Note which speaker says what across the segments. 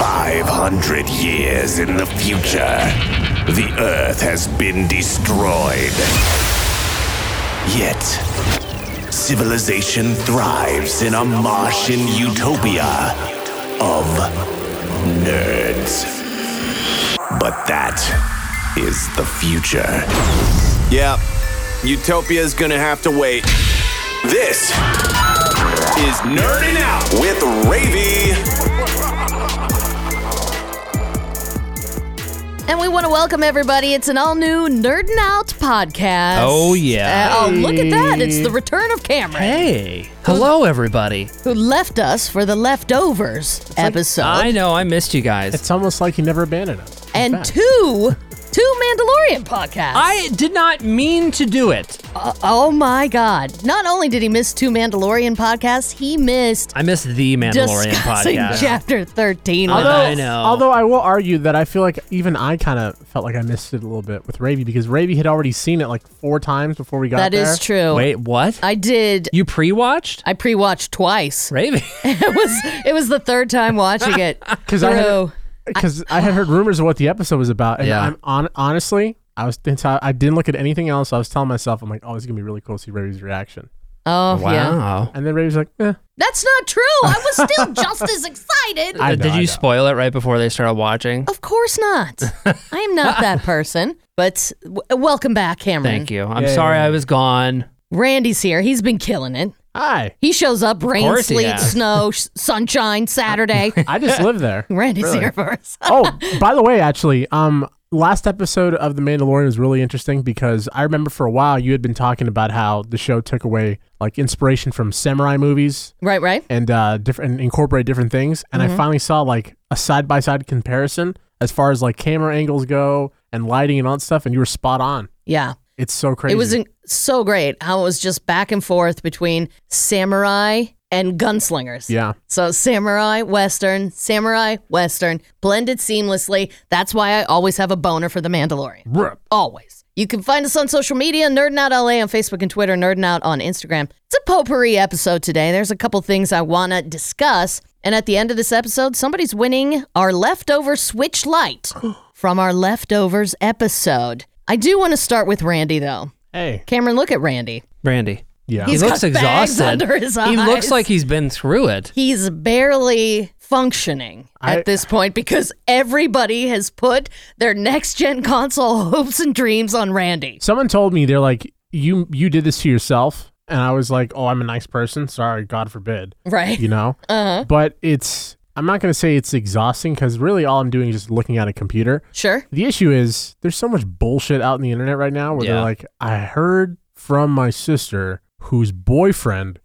Speaker 1: 500 years in the future, the Earth has been destroyed. Yet, civilization thrives in a Martian utopia of nerds. But that is the future.
Speaker 2: Yep. Utopia's gonna have to wait.
Speaker 1: This is Nerding Out with Ravy.
Speaker 3: And we want to welcome everybody. It's an all new Nerdin' Out podcast.
Speaker 4: Oh, yeah.
Speaker 3: Uh, oh, look at that. It's the return of Cameron,
Speaker 4: Uh, Hey. Hello, everybody.
Speaker 3: who left us for the leftovers episode.
Speaker 4: I know, I missed you guys.
Speaker 5: It's almost like you never abandoned us.
Speaker 3: and two, two Mandalorian podcasts.
Speaker 4: I did not mean to do it.
Speaker 3: Uh, oh, my God. Not only did he miss two Mandalorian podcasts, he missed
Speaker 4: I missed the Mandalorian
Speaker 3: discussing
Speaker 4: podcast.
Speaker 3: chapter 13. with
Speaker 4: Although-
Speaker 3: us.
Speaker 4: I know.
Speaker 5: Although I will argue that I feel like even I kind of felt like I missed it a little bit with Ravy because Ravy had already seen it like four times before we got
Speaker 3: that
Speaker 5: there.
Speaker 3: is true.
Speaker 4: Wait, what?
Speaker 3: I did.
Speaker 4: you pre watched?
Speaker 3: I pre watched twice.
Speaker 4: Ravy.
Speaker 3: it was it was the third time watching it.
Speaker 5: Because I had
Speaker 3: Bro.
Speaker 5: because I, had heard rumors of what the episode was about, and
Speaker 4: Yeah.
Speaker 5: I'm on honestly. I was I didn't look at anything else. I was telling myself, I'm like, oh, it's gonna be really cool to see Ravy's reaction.
Speaker 3: Oh, yeah.
Speaker 4: Wow.
Speaker 5: And then Ravy's like, eh.
Speaker 3: That's not true. I was still just as excited.
Speaker 5: I know,
Speaker 4: did
Speaker 5: I know.
Speaker 4: you spoil it right before they started watching?
Speaker 3: of course not. I am not that person. But w- welcome back, Cameron.
Speaker 4: Thank you. I'm sorry I was gone.
Speaker 3: Randy's here. He's been killing it.
Speaker 5: Hi.
Speaker 3: He shows up rain,
Speaker 4: course he
Speaker 3: sleet,
Speaker 4: has.
Speaker 3: snow, sh- sunshine, Saturday.
Speaker 5: I just live there.
Speaker 3: Randy's here for us.
Speaker 5: oh, by the way, actually, um, last episode of The Mandalorian was really interesting because I remember for a while you had been talking about how the show took away like inspiration from samurai movies
Speaker 3: Right, right.
Speaker 5: and uh different and incorporate different things, and
Speaker 3: Mm-hmm.
Speaker 5: I finally saw like a side by side comparison as far as like camera angles go and lighting and all that stuff, and you were spot on.
Speaker 3: Yeah.
Speaker 5: It's so crazy.
Speaker 3: It was in- so great how it was just back and forth between samurai and gunslingers.
Speaker 5: yeah.
Speaker 3: So samurai western, samurai western, blended seamlessly. That's why I always have a boner for the Mandalorian.
Speaker 5: Ruh.
Speaker 3: always. You can find us on social media, Nerdin' Out LA on Facebook and Twitter, Nerdin' Out on Instagram. It's a potpourri episode today. There's a couple things I want to discuss. And at the end of this episode, somebody's winning our leftover Switch Lite from our leftovers episode. I do want to start with Randy, though.
Speaker 5: Hey.
Speaker 3: Cameron, look at Randy.
Speaker 4: Randy.
Speaker 5: Yeah.
Speaker 4: he
Speaker 3: He's
Speaker 4: looks
Speaker 3: got bags
Speaker 4: exhausted.
Speaker 3: under his
Speaker 4: He looks
Speaker 3: eyes.
Speaker 4: like he's been through it.
Speaker 3: He's barely functioning
Speaker 5: I-
Speaker 3: at this point because everybody has put their next gen console hopes and dreams on Randy.
Speaker 5: Someone told me they're like, you you did this to yourself, and I was like, oh, I'm a nice person. Sorry, God forbid.
Speaker 3: Right?
Speaker 5: you know
Speaker 3: Uh-huh.
Speaker 5: but it's i'm not going to say it's exhausting because really all i'm doing is just looking at a computer
Speaker 3: Sure.
Speaker 5: the issue is there's so much bullshit out in the internet right now where
Speaker 4: Yeah.
Speaker 5: they're like i heard from my sister whose boyfriend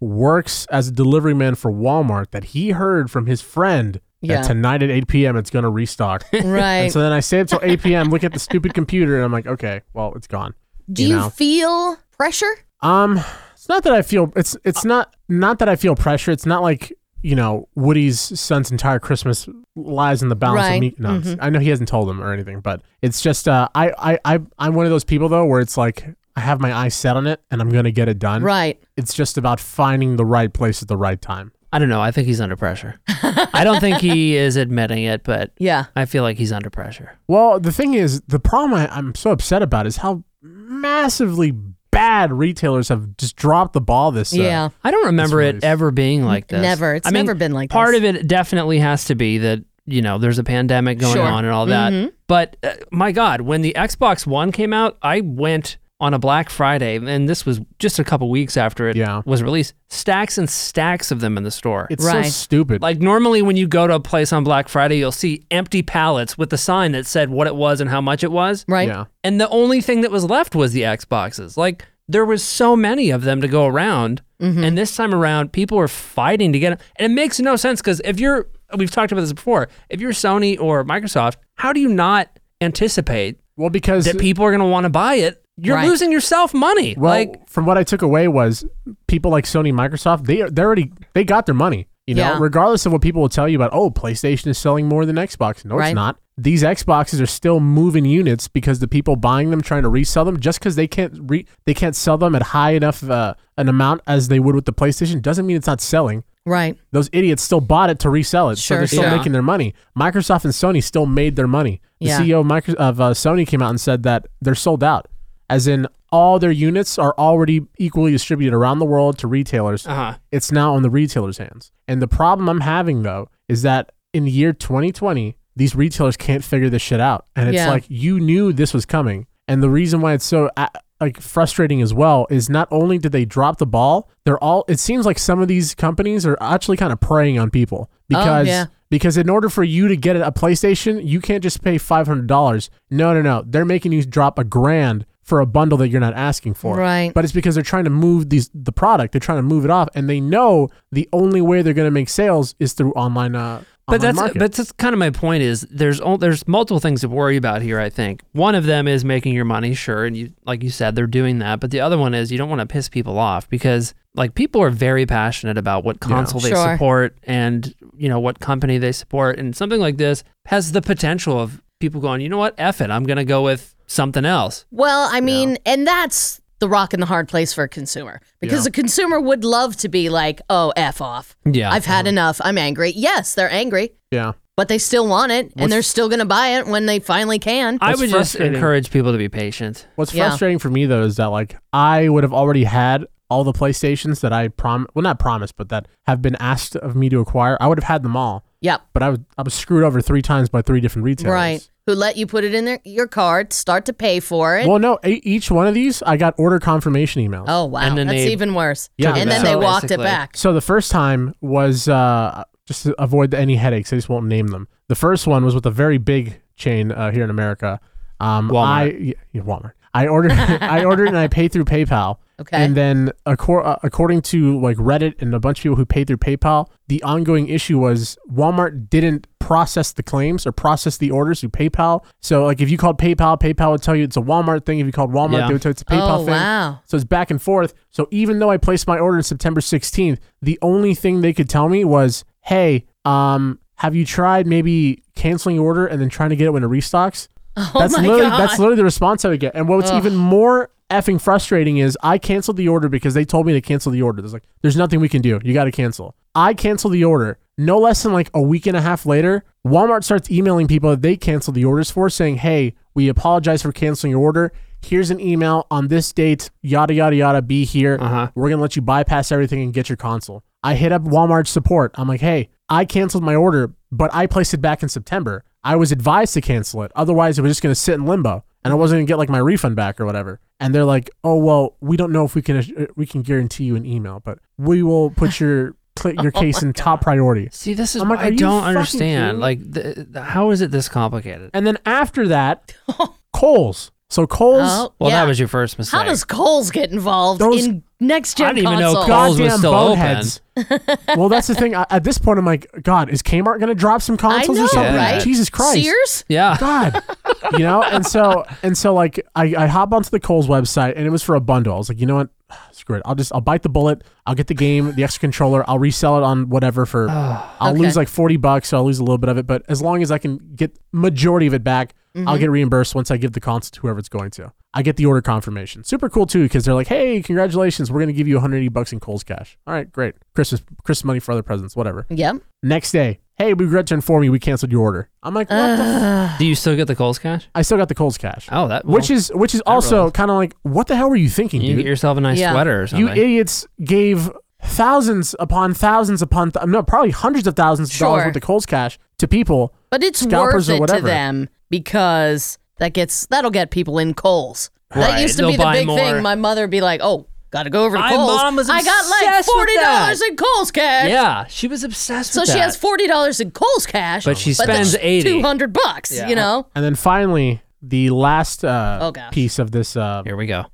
Speaker 5: works as a delivery man for walmart that he heard from his friend
Speaker 3: Yeah.
Speaker 5: that tonight at 8 p.m it's going to restock
Speaker 3: Right.
Speaker 5: and so then i stay up till 8 p.m look at the stupid computer and i'm like okay well it's gone
Speaker 3: Do you,
Speaker 5: know?
Speaker 3: feel pressure?
Speaker 4: Mm-hmm.
Speaker 5: Um, it's not that I feel it's
Speaker 3: Uh,
Speaker 5: it's not not that I feel pressure. It's not like you know Woody's son's entire Christmas lies in the balance
Speaker 3: Right. Mm-hmm.
Speaker 5: of me. No, it's- I know he hasn't told him or anything, but it's just uh, I I I I'm one of those people though where it's like I have my eyes set on it and I'm gonna get it done.
Speaker 3: Right.
Speaker 5: It's just about finding the right place at the right time.
Speaker 4: I don't know. I think he's under pressure. I don't think he is admitting it, but
Speaker 3: Yeah.
Speaker 4: I feel like he's under pressure.
Speaker 5: Well, the thing is, the problem I, I'm so upset about is how massively bad retailers have just dropped the ball this. Uh,
Speaker 3: Yeah.
Speaker 4: I don't remember
Speaker 5: It's
Speaker 4: it
Speaker 5: really-
Speaker 4: ever being like this.
Speaker 3: Never. It's
Speaker 4: I mean,
Speaker 3: never been like
Speaker 4: part
Speaker 3: this.
Speaker 4: of it definitely has to be that you know there's a pandemic going
Speaker 3: Sure. Mm-hmm.
Speaker 4: on and all that. But uh, my God, when the Xbox One came out, I went on a Black Friday, and this was just a couple weeks after it
Speaker 5: Yeah.
Speaker 4: was released. Stacks and stacks of them in the store.
Speaker 5: It's
Speaker 3: Right.
Speaker 5: so stupid.
Speaker 4: like normally when you go to a place on Black Friday, you'll see empty pallets with the sign that said what it was and how much it was.
Speaker 3: Right.
Speaker 5: yeah.
Speaker 4: And the only thing that was left was the Xboxes. Like there was so many of them to go around. And this time around, people are fighting to get them. And it makes no sense because if you're, we've talked about this before, if you're Sony or Microsoft, how do you not anticipate
Speaker 5: Well, because
Speaker 4: that people are going to want to buy it? You're
Speaker 3: Right.
Speaker 4: losing yourself money.
Speaker 5: well,
Speaker 4: like,
Speaker 5: from what I took away was people like Sony, Microsoft, they they already they got their money. You know,
Speaker 3: Yeah.
Speaker 5: regardless of what people will tell you about, oh, PlayStation is selling more than Xbox. No,
Speaker 3: Right.
Speaker 5: it's not. These Xboxes are still moving units because the people buying them, trying to resell them, just because they can't re- they can't sell them at high enough uh, an amount as they would with the PlayStation, doesn't mean it's not selling.
Speaker 3: Right.
Speaker 5: Those idiots still bought it to resell it, so
Speaker 3: Sure,
Speaker 5: they're still
Speaker 3: sure.
Speaker 5: making their money. Microsoft and Sony still made their money. The
Speaker 3: Yeah.
Speaker 5: CEO of, Micro- of uh, Sony came out and said that they're sold out, as in all their units are already equally distributed around the world to retailers.
Speaker 4: Uh-huh.
Speaker 5: It's now on the retailers' hands. And the problem I'm having though is that in the year 2020, these retailers can't figure this shit out, and it's
Speaker 3: Yeah.
Speaker 5: like you knew this was coming. And the reason why it's so uh, like frustrating as well is not only did they drop the ball, they're all. It seems like some of these companies are actually kind of preying on people because
Speaker 3: Oh, yeah.
Speaker 5: because in order for you to get a PlayStation, you can't just pay five hundred dollars. No, no, no. They're making you drop a grand for a bundle that you're not asking for.
Speaker 3: Right.
Speaker 5: But it's because they're trying to move these the product. They're trying to move it off, and they know the only way they're going to make sales is through online. Uh,
Speaker 4: but
Speaker 5: online
Speaker 4: that's
Speaker 5: market.
Speaker 4: but that's kind of my point is there's all, there's multiple things to worry about here I think one of them is making your money sure and you like you said they're doing that but the other one is you don't want to piss people off because like people are very passionate about what console they
Speaker 3: Sure.
Speaker 4: support and you know what company they support and something like this has the potential of people going you know what F it I'm gonna go with something else
Speaker 3: Well, I mean, and that's the rock and the hard place for a consumer because a consumer would love to be like, "Oh, f off.
Speaker 4: Yeah. Uh-huh.
Speaker 3: I've had enough. I'm angry." Yes, they're angry,
Speaker 5: yeah.
Speaker 3: but they still want it, and they're still going to buy it when they finally can.
Speaker 4: I
Speaker 5: That's
Speaker 4: would just
Speaker 5: frustrating.
Speaker 4: encourage people to be patient
Speaker 5: What's
Speaker 3: Yeah.
Speaker 5: frustrating for me though is that like I would have already had all the PlayStations that I prom well not promised but that have been asked of me to acquire. I would have had them all,
Speaker 3: yep,
Speaker 5: but I was I was screwed over three times by three different retailers.
Speaker 3: right. Who let you put it in their, your card? Start to pay for it.
Speaker 5: Well, no, e- each one of these I got order confirmation emails.
Speaker 3: oh wow,
Speaker 4: And then
Speaker 3: that's
Speaker 4: they
Speaker 3: even worse.
Speaker 5: Yeah,
Speaker 3: and then
Speaker 5: so-
Speaker 3: they walked it
Speaker 4: basically.
Speaker 3: back.
Speaker 5: So the first time was uh, just to avoid any headaches. I just won't name them. The first one was with a very big chain uh, here in America. Um,
Speaker 4: Walmart.
Speaker 5: I, yeah, yeah, Walmart. I ordered. I ordered and I paid through PayPal.
Speaker 3: Okay.
Speaker 5: And then accor- uh, according to like Reddit and a bunch of people who paid through PayPal, the ongoing issue was Walmart didn't process the claims or process the orders through PayPal. So like if you called PayPal, PayPal would tell you it's a Walmart thing. If you called Walmart,
Speaker 4: Yeah.
Speaker 5: they would tell you it's a PayPal
Speaker 3: Oh,
Speaker 5: thing.
Speaker 3: wow.
Speaker 5: So it's back and forth. So even though I placed my order on September 16th, the only thing they could tell me was, "Hey, um, have you tried maybe canceling your order and then trying to get it when it restocks?" that's
Speaker 3: Oh my
Speaker 5: literally
Speaker 3: God.
Speaker 5: that's literally the response I would get. And what's even more effing frustrating is I canceled the order because they told me to cancel the order. There's like, there's nothing we can do. You got to cancel. I cancel the order. No less than like a week and a half later, Walmart starts emailing people that they canceled the orders for, saying, "Hey, we apologize for canceling your order. Here's an email on this date. Yada yada yada. Be here.
Speaker 4: Uh-huh.
Speaker 5: We're gonna let you bypass everything and get your console." I hit up Walmart support. I'm like, "Hey, I canceled my order, but I placed it back in September. I was advised to cancel it. Otherwise, it was just going to sit in limbo and I wasn't going to get like my refund back or whatever. And they're like, "Oh, well, we don't know if we can uh, we can guarantee you an email, but we will put your cl- your case in top priority."
Speaker 4: Oh see this is
Speaker 5: I'm
Speaker 4: what
Speaker 5: like,
Speaker 4: I
Speaker 5: are you
Speaker 4: don't
Speaker 5: fucking kidding
Speaker 4: understand
Speaker 5: me?
Speaker 4: like the, the- how is it this complicated
Speaker 5: And then after that, Coles. So Coles
Speaker 3: Oh,
Speaker 4: well
Speaker 3: yeah.
Speaker 4: that was your first mistake
Speaker 3: How does Coles get involved
Speaker 5: Those-
Speaker 3: in next
Speaker 4: I
Speaker 3: gen
Speaker 4: didn't even know
Speaker 3: console?
Speaker 4: Kohl's- Kohl's was
Speaker 5: goddamn
Speaker 4: still open.
Speaker 5: boneheads. well, that's the thing. I, at this point, I'm like, God, is Kmart going to drop some
Speaker 3: I
Speaker 5: consoles
Speaker 3: know,
Speaker 5: or something?
Speaker 3: right?
Speaker 5: Jesus Christ!
Speaker 3: Sears.
Speaker 4: yeah
Speaker 5: God. you know? And so and so like I, I hop onto the Coles website and it was for a bundle. I was like, you know what? Screw it. I'll just I'll bite the bullet. I'll get the game, the extra controller, I'll resell it on whatever for I'll
Speaker 3: Okay.
Speaker 5: lose like forty bucks, so I'll lose a little bit of it. But as long as I can get majority of it back, I'll get reimbursed once I give the console to whoever it's going to. I get the order confirmation. Super cool too, because they're like, hey, congratulations, we're gonna give you 180 bucks in Coles cash. All right, great. Christmas Christmas money for other presents, whatever.
Speaker 3: Yep.
Speaker 5: Next day, hey, we regret to inform you we canceled your order. I'm like, what the
Speaker 4: do you still get the Coles cash
Speaker 5: I still got the Coles cash.
Speaker 4: Oh, that-
Speaker 5: which
Speaker 4: well,
Speaker 5: is which is also
Speaker 4: rules.
Speaker 5: kind of like what the hell were you thinking,
Speaker 4: you
Speaker 5: dude?
Speaker 4: get yourself a nice
Speaker 3: Yeah.
Speaker 4: sweater or
Speaker 5: you
Speaker 4: something
Speaker 5: idiots gave thousands upon thousands upon th- no, probably hundreds of thousands of dollars
Speaker 3: Sure.
Speaker 5: worth of Coles cash to people.
Speaker 3: But it's
Speaker 5: scalpers
Speaker 3: worth
Speaker 5: or
Speaker 3: it to
Speaker 5: whatever.
Speaker 3: them because that gets that'll get people in Kohl's. That
Speaker 4: Right.
Speaker 3: used to
Speaker 4: They'll
Speaker 3: be the
Speaker 4: buy
Speaker 3: big
Speaker 4: more.
Speaker 3: thing. My mother would be like, "Oh, gotta go over to
Speaker 4: My
Speaker 3: Kohl's.
Speaker 4: mom was
Speaker 3: I got like
Speaker 4: obsessed with
Speaker 3: forty dollars
Speaker 4: that.
Speaker 3: in Kohl's cash.
Speaker 4: Yeah, she was obsessed
Speaker 3: So
Speaker 4: with
Speaker 3: she
Speaker 4: that.
Speaker 3: has forty dollars in Kohl's cash,
Speaker 4: But she spends 80.
Speaker 3: two hundred bucks. You know,
Speaker 5: And then finally, the last uh,
Speaker 3: Oh, gosh.
Speaker 5: piece of this uh,
Speaker 4: Here we go.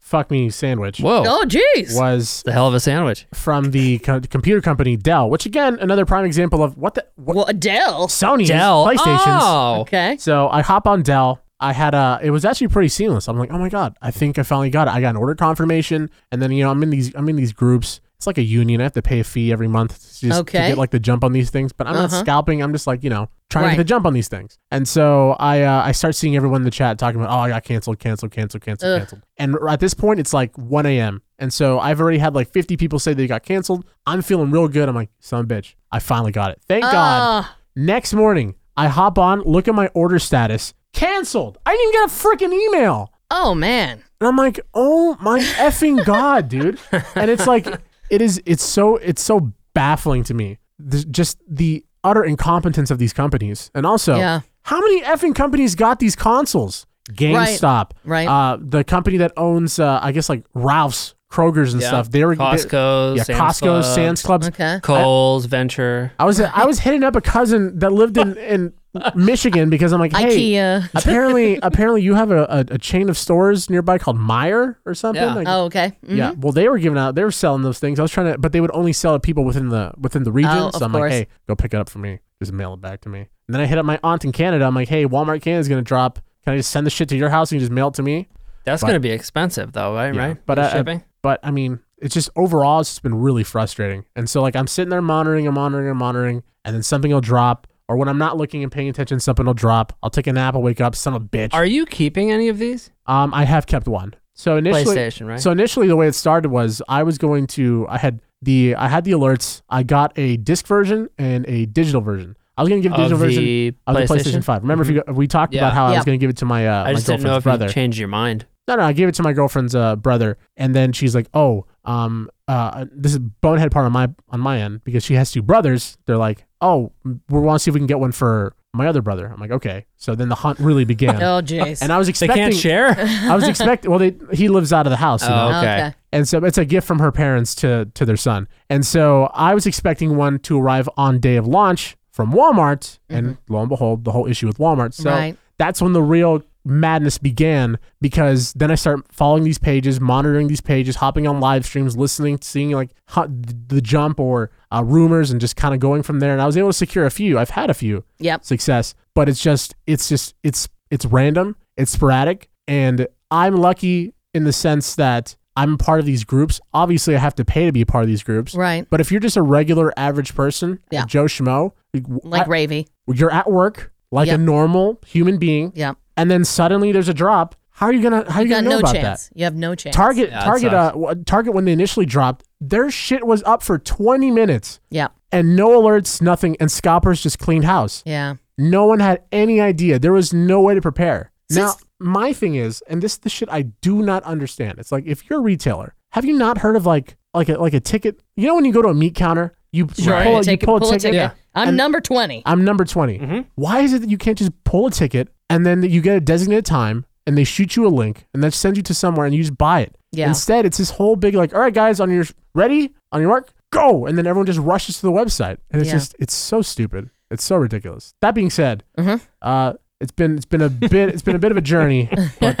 Speaker 5: fuck me sandwich
Speaker 4: Whoa.
Speaker 3: Oh, jeez.
Speaker 5: was
Speaker 4: The hell of a sandwich.
Speaker 5: from the co- computer company Dell, which again another prime example of what the what
Speaker 3: Well, Adele.
Speaker 5: Sony's
Speaker 4: Dell.
Speaker 5: PlayStations.
Speaker 4: Oh.
Speaker 3: Okay.
Speaker 5: So I hop on Dell. I had a. It was actually pretty seamless. I'm like, oh my god, I think I finally got it. I got an order confirmation, and then you know I'm in these I'm in these groups. It's like a union. I have to pay a fee every month just to
Speaker 3: Okay. Uh-huh.
Speaker 5: get like the jump on these things. But I'm not scalping. I'm just like you know trying to
Speaker 3: Right.
Speaker 5: get the jump on these things. And so I uh, I start seeing everyone in the chat talking about oh I got canceled, canceled, canceled, canceled, canceled. And at this point it's like 1 a.m. And so I've already had like 50 people say they got canceled. I'm feeling real good. I'm like son of a bitch, I finally got it. Thank God.
Speaker 3: Ah.
Speaker 5: Next morning, I hop on, look at my order status, canceled. I didn't even get a freaking email.
Speaker 3: Oh man.
Speaker 5: And I'm like, oh my effing god, dude! And it's like, it is, it's so, it's so baffling to me. Th- just the utter incompetence of these companies, and also,
Speaker 3: Yeah.
Speaker 5: how many effing companies got these consoles? GameStop,
Speaker 3: right.
Speaker 5: Uh, the company that owns, uh, I guess, like Ralph's, Kroger's, and
Speaker 4: Yeah.
Speaker 5: stuff. They were they-
Speaker 4: Costco's,
Speaker 5: yeah,
Speaker 4: Sam's
Speaker 5: Costco's,
Speaker 4: Club.
Speaker 5: Sam's Clubs.
Speaker 3: Okay.
Speaker 4: Coles, Venture.
Speaker 5: I was I was hitting up a cousin that lived in in Michigan because I'm like, hey,
Speaker 3: IKEA.
Speaker 5: apparently apparently you have a, a, a chain of stores nearby called Meyer or something.
Speaker 4: Yeah.
Speaker 5: Like,
Speaker 3: Oh, okay. Mhm.
Speaker 5: yeah. Well, they were giving out, they were selling those things. I was trying to, but they would only sell to people within the within the region.
Speaker 3: Oh,
Speaker 5: so
Speaker 3: of
Speaker 5: I'm like,
Speaker 3: course.
Speaker 5: hey, go pick it up for me. Just mail it back to me. And then I hit up my aunt in Canada. I'm like, hey, Walmart Canada's gonna drop. Can I just send the shit to your house and you just mail it to me?
Speaker 4: That's
Speaker 5: But-
Speaker 4: going to be expensive, though, right?
Speaker 5: Yeah.
Speaker 4: Right?
Speaker 5: But
Speaker 4: The
Speaker 5: I- I-
Speaker 4: shipping.
Speaker 5: But I mean, it's just overall, it's just been really frustrating. And so, like, I'm sitting there monitoring and monitoring and monitoring, and then something will drop. Or when I'm not looking and paying attention, something will drop. I'll take a nap, I'll wake up, son of a bitch.
Speaker 4: Are you keeping any of these?
Speaker 5: Um, I have kept one. So initially,
Speaker 4: PlayStation, right?
Speaker 5: So initially, the way it started was I was going to. I had the I had the alerts. I got a disc version and a digital version. I was going to give
Speaker 4: Of
Speaker 5: digital
Speaker 4: the
Speaker 5: version of the
Speaker 4: PlayStation? Mm-hmm.
Speaker 5: PlayStation Five. Remember, if you, got- we talked
Speaker 4: Yeah.
Speaker 5: about how I was
Speaker 3: Yeah.
Speaker 5: going to give it to my uh,
Speaker 4: I
Speaker 5: my
Speaker 4: just
Speaker 5: girlfriend's
Speaker 4: didn't know if
Speaker 5: brother.
Speaker 4: you changed your mind.
Speaker 5: No, no, I gave it to my girlfriend's uh, brother, and then she's like, "Oh, um, uh, this is bonehead part on my on my end because she has two brothers. They're like, oh, we want to see if we can get one for my other brother. I'm like, okay. So then the hunt really began,
Speaker 3: Oh, jeez.
Speaker 5: Uh, and I was
Speaker 4: They
Speaker 5: expecting
Speaker 4: can't share?
Speaker 5: I was expecting. Well, they, he lives out of the house, you know?
Speaker 4: Oh, okay.
Speaker 3: Okay.
Speaker 5: and so it's a gift from her parents to to their son. And so I was expecting one to arrive on day of launch from Walmart, and lo and behold, the whole issue with Walmart. So
Speaker 3: Right.
Speaker 5: that's when the real madness began because then I start following these pages, monitoring these pages, hopping on live streams, listening, seeing like how, the jump or uh, rumors, and just kind of going from there. And I was able to secure a few. I've had a few
Speaker 3: Yep.
Speaker 5: success but it's just it's just it's it's random it's sporadic and i'm lucky in the sense that i'm part of these groups obviously i have to pay to be a part of these groups
Speaker 3: Right.
Speaker 5: but if you're just a regular average person a
Speaker 3: Yeah.
Speaker 5: joe schmo like,
Speaker 3: Like Ravy.
Speaker 5: you're at work like
Speaker 3: Yeah.
Speaker 5: a normal human being
Speaker 3: Yeah.
Speaker 5: and then suddenly there's a drop how are you gonna how are you,
Speaker 3: You got
Speaker 5: gonna know
Speaker 3: no
Speaker 5: about
Speaker 3: chance.
Speaker 5: that
Speaker 3: You have no chance.
Speaker 5: target
Speaker 4: Yeah, that
Speaker 5: target uh,
Speaker 4: sucks.
Speaker 5: w- target when they initially dropped their shit was up for 20 minutes
Speaker 3: Yeah.
Speaker 5: and no alerts nothing and scalpers just cleaned house
Speaker 3: Yeah.
Speaker 5: no one had any idea. There was no way to prepare. now,
Speaker 3: Since-
Speaker 5: my thing is, and this is the shit I do not understand. It's like if you're a retailer, have you not heard of like like a like a ticket? You know when you go to a meat counter, you, you
Speaker 4: Right.
Speaker 5: pull, a,
Speaker 3: Take
Speaker 5: you
Speaker 3: it,
Speaker 5: pull, a ticket.
Speaker 3: I'm number 20.
Speaker 5: I'm number 20.
Speaker 3: Mm-hmm.
Speaker 5: Why is it that you can't just pull a ticket and then you get a designated time and they shoot you a link and then send you to somewhere and you just buy it?
Speaker 3: Yeah.
Speaker 5: Instead, it's this whole big like, all right, guys, on your ready, on your mark, go, and then everyone just rushes to the website, and it's
Speaker 3: Yeah.
Speaker 5: just it's so stupid, it's so ridiculous. That being said,
Speaker 3: Mm-hmm.
Speaker 5: uh, it's been it's been a bit it's been a bit of a journey, but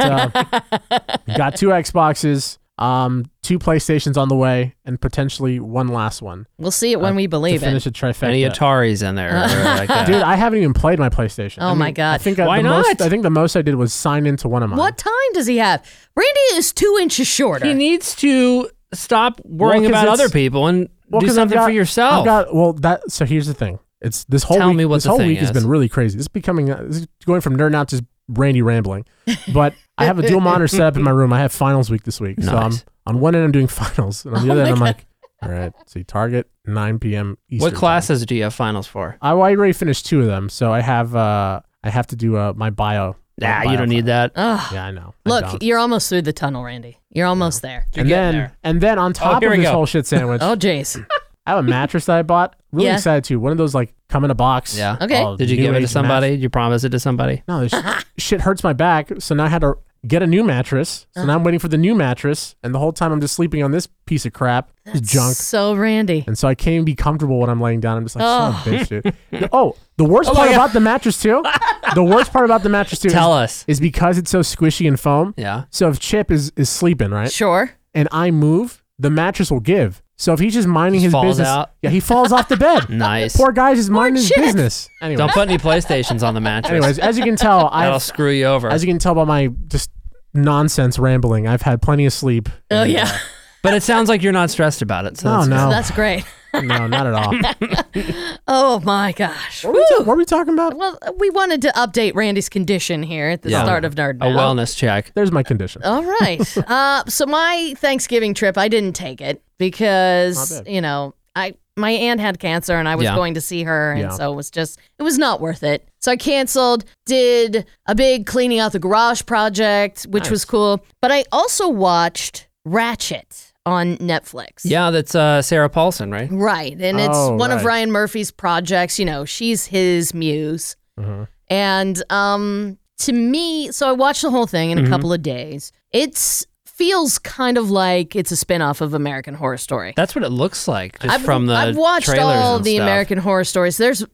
Speaker 5: uh, got two Xboxes, um, two PlayStations on the way, and potentially one last one
Speaker 3: We'll see it when we
Speaker 5: Uh, to
Speaker 3: believe it.
Speaker 5: finish a trifecta.
Speaker 4: Any Ataris in there? or like that?
Speaker 5: Dude, I haven't even played my PlayStation.
Speaker 3: Oh
Speaker 5: I
Speaker 3: my
Speaker 5: mean,
Speaker 3: God.
Speaker 5: I think I,
Speaker 4: Why
Speaker 5: the
Speaker 4: not?
Speaker 5: Most, I think the most I did was sign into one of mine.
Speaker 3: What time does he have? Randy is two inches shorter.
Speaker 4: he needs to stop worrying
Speaker 5: Well, 'cause
Speaker 4: about
Speaker 5: it's-
Speaker 4: other people and
Speaker 5: Well,
Speaker 4: do
Speaker 5: 'cause I've
Speaker 4: something
Speaker 5: got-
Speaker 4: for yourself.
Speaker 5: I've got well that. So here's the thing. It's this whole
Speaker 4: Tell
Speaker 5: week.
Speaker 4: me what
Speaker 5: this
Speaker 4: the
Speaker 5: whole
Speaker 4: thing
Speaker 5: week has
Speaker 4: is.
Speaker 5: been really crazy. This is becoming uh, this is going from nerd out to just Randy rambling. But I have a dual monitor set up in my room. I have finals week this week, so I'm
Speaker 4: Nice. Oh
Speaker 5: on one end I'm doing finals, and on the other end I'm like, all right, see Target 9 p.m. Eastern.
Speaker 4: what
Speaker 5: time.
Speaker 4: classes do you have finals for?
Speaker 5: I, well, I already finished two of them, so I have uh I have to do uh my bio. my
Speaker 4: Nah, you
Speaker 5: bio
Speaker 4: don't need that.
Speaker 3: Ugh.
Speaker 5: class. Yeah, I know. I
Speaker 3: Look,
Speaker 5: don't.
Speaker 3: you're almost through the tunnel, Randy. You're almost there.
Speaker 4: You're
Speaker 5: and
Speaker 4: getting
Speaker 5: then
Speaker 4: there.
Speaker 5: and then on top
Speaker 4: here
Speaker 5: of
Speaker 4: we
Speaker 5: this
Speaker 4: go.
Speaker 5: whole shit sandwich,
Speaker 3: Oh, jeez.
Speaker 5: I have a mattress that I bought. Really
Speaker 3: Yeah.
Speaker 5: excited too. One of those like come in a box.
Speaker 4: Yeah.
Speaker 3: Okay.
Speaker 5: Oh,
Speaker 4: Did you
Speaker 5: new
Speaker 4: give it to
Speaker 5: age
Speaker 4: somebody? Did You promise it to somebody?
Speaker 5: mat- no, this shit hurts my back. So now I had to get a new mattress. So now I'm waiting for the new mattress, and the whole time I'm just sleeping on this piece of crap, this junk.
Speaker 3: So, Randy.
Speaker 5: And so I can't even be comfortable when I'm laying down. I'm just like, son of a
Speaker 3: Oh.
Speaker 5: bitch, dude. No- Oh, the worst part about the mattress too. the worst part about the mattress too
Speaker 4: Tell
Speaker 5: is,
Speaker 4: us.
Speaker 5: is because it's so squishy and foam.
Speaker 4: Yeah.
Speaker 5: So if Chip is is sleeping right,
Speaker 3: Sure.
Speaker 5: and I move, the mattress will give. So if he's just minding
Speaker 4: Just
Speaker 5: his
Speaker 4: falls
Speaker 5: business,
Speaker 4: out.
Speaker 5: yeah, he falls off the bed.
Speaker 4: Nice.
Speaker 5: Poor guy's just minding his
Speaker 3: Chip.
Speaker 5: business. Anyway,
Speaker 4: Don't put any PlayStations on the mattress.
Speaker 5: anyways, as you can tell, I
Speaker 4: That'll
Speaker 5: have
Speaker 4: screw you over.
Speaker 5: As you can tell by my just nonsense rambling, I've had plenty of sleep.
Speaker 3: Oh yeah.
Speaker 4: but it sounds like you're not stressed about it. So
Speaker 5: No,
Speaker 4: that's
Speaker 5: no,
Speaker 3: That's great.
Speaker 5: no, not at all. What
Speaker 3: Oh my gosh.
Speaker 5: are, we ta- what are we talking about?
Speaker 3: Well, we wanted to update Randy's condition here at the
Speaker 4: Yeah.
Speaker 3: start of
Speaker 5: Oh,
Speaker 3: Nerd
Speaker 4: A
Speaker 3: Now.
Speaker 4: wellness check.
Speaker 5: There's my condition.
Speaker 3: All right. uh, so my Thanksgiving trip, I didn't take it because
Speaker 5: Not bad.
Speaker 3: you know I my aunt had cancer and I was
Speaker 4: Yeah.
Speaker 3: going to see her, and
Speaker 5: Yeah.
Speaker 3: so it was just it was not worth it. So I canceled. Did a big cleaning out the garage project, which was cool. But I also watched Ratchet on Netflix.
Speaker 4: Yeah, that's uh, Sarah Paulson, right?
Speaker 3: Right. And it's
Speaker 5: Oh,
Speaker 3: one of
Speaker 5: right.
Speaker 3: Ryan Murphy's projects. You know, she's his muse.
Speaker 4: Uh-huh.
Speaker 3: And um, to me, so I watched the whole thing in
Speaker 4: Mm-hmm.
Speaker 3: a couple of days. It's feels kind of like it's a spinoff of American Horror Story.
Speaker 4: That's what it looks like just from the
Speaker 3: I've watched
Speaker 4: trailers
Speaker 3: all
Speaker 4: and
Speaker 3: the
Speaker 4: stuff.
Speaker 3: American Horror Stories. There's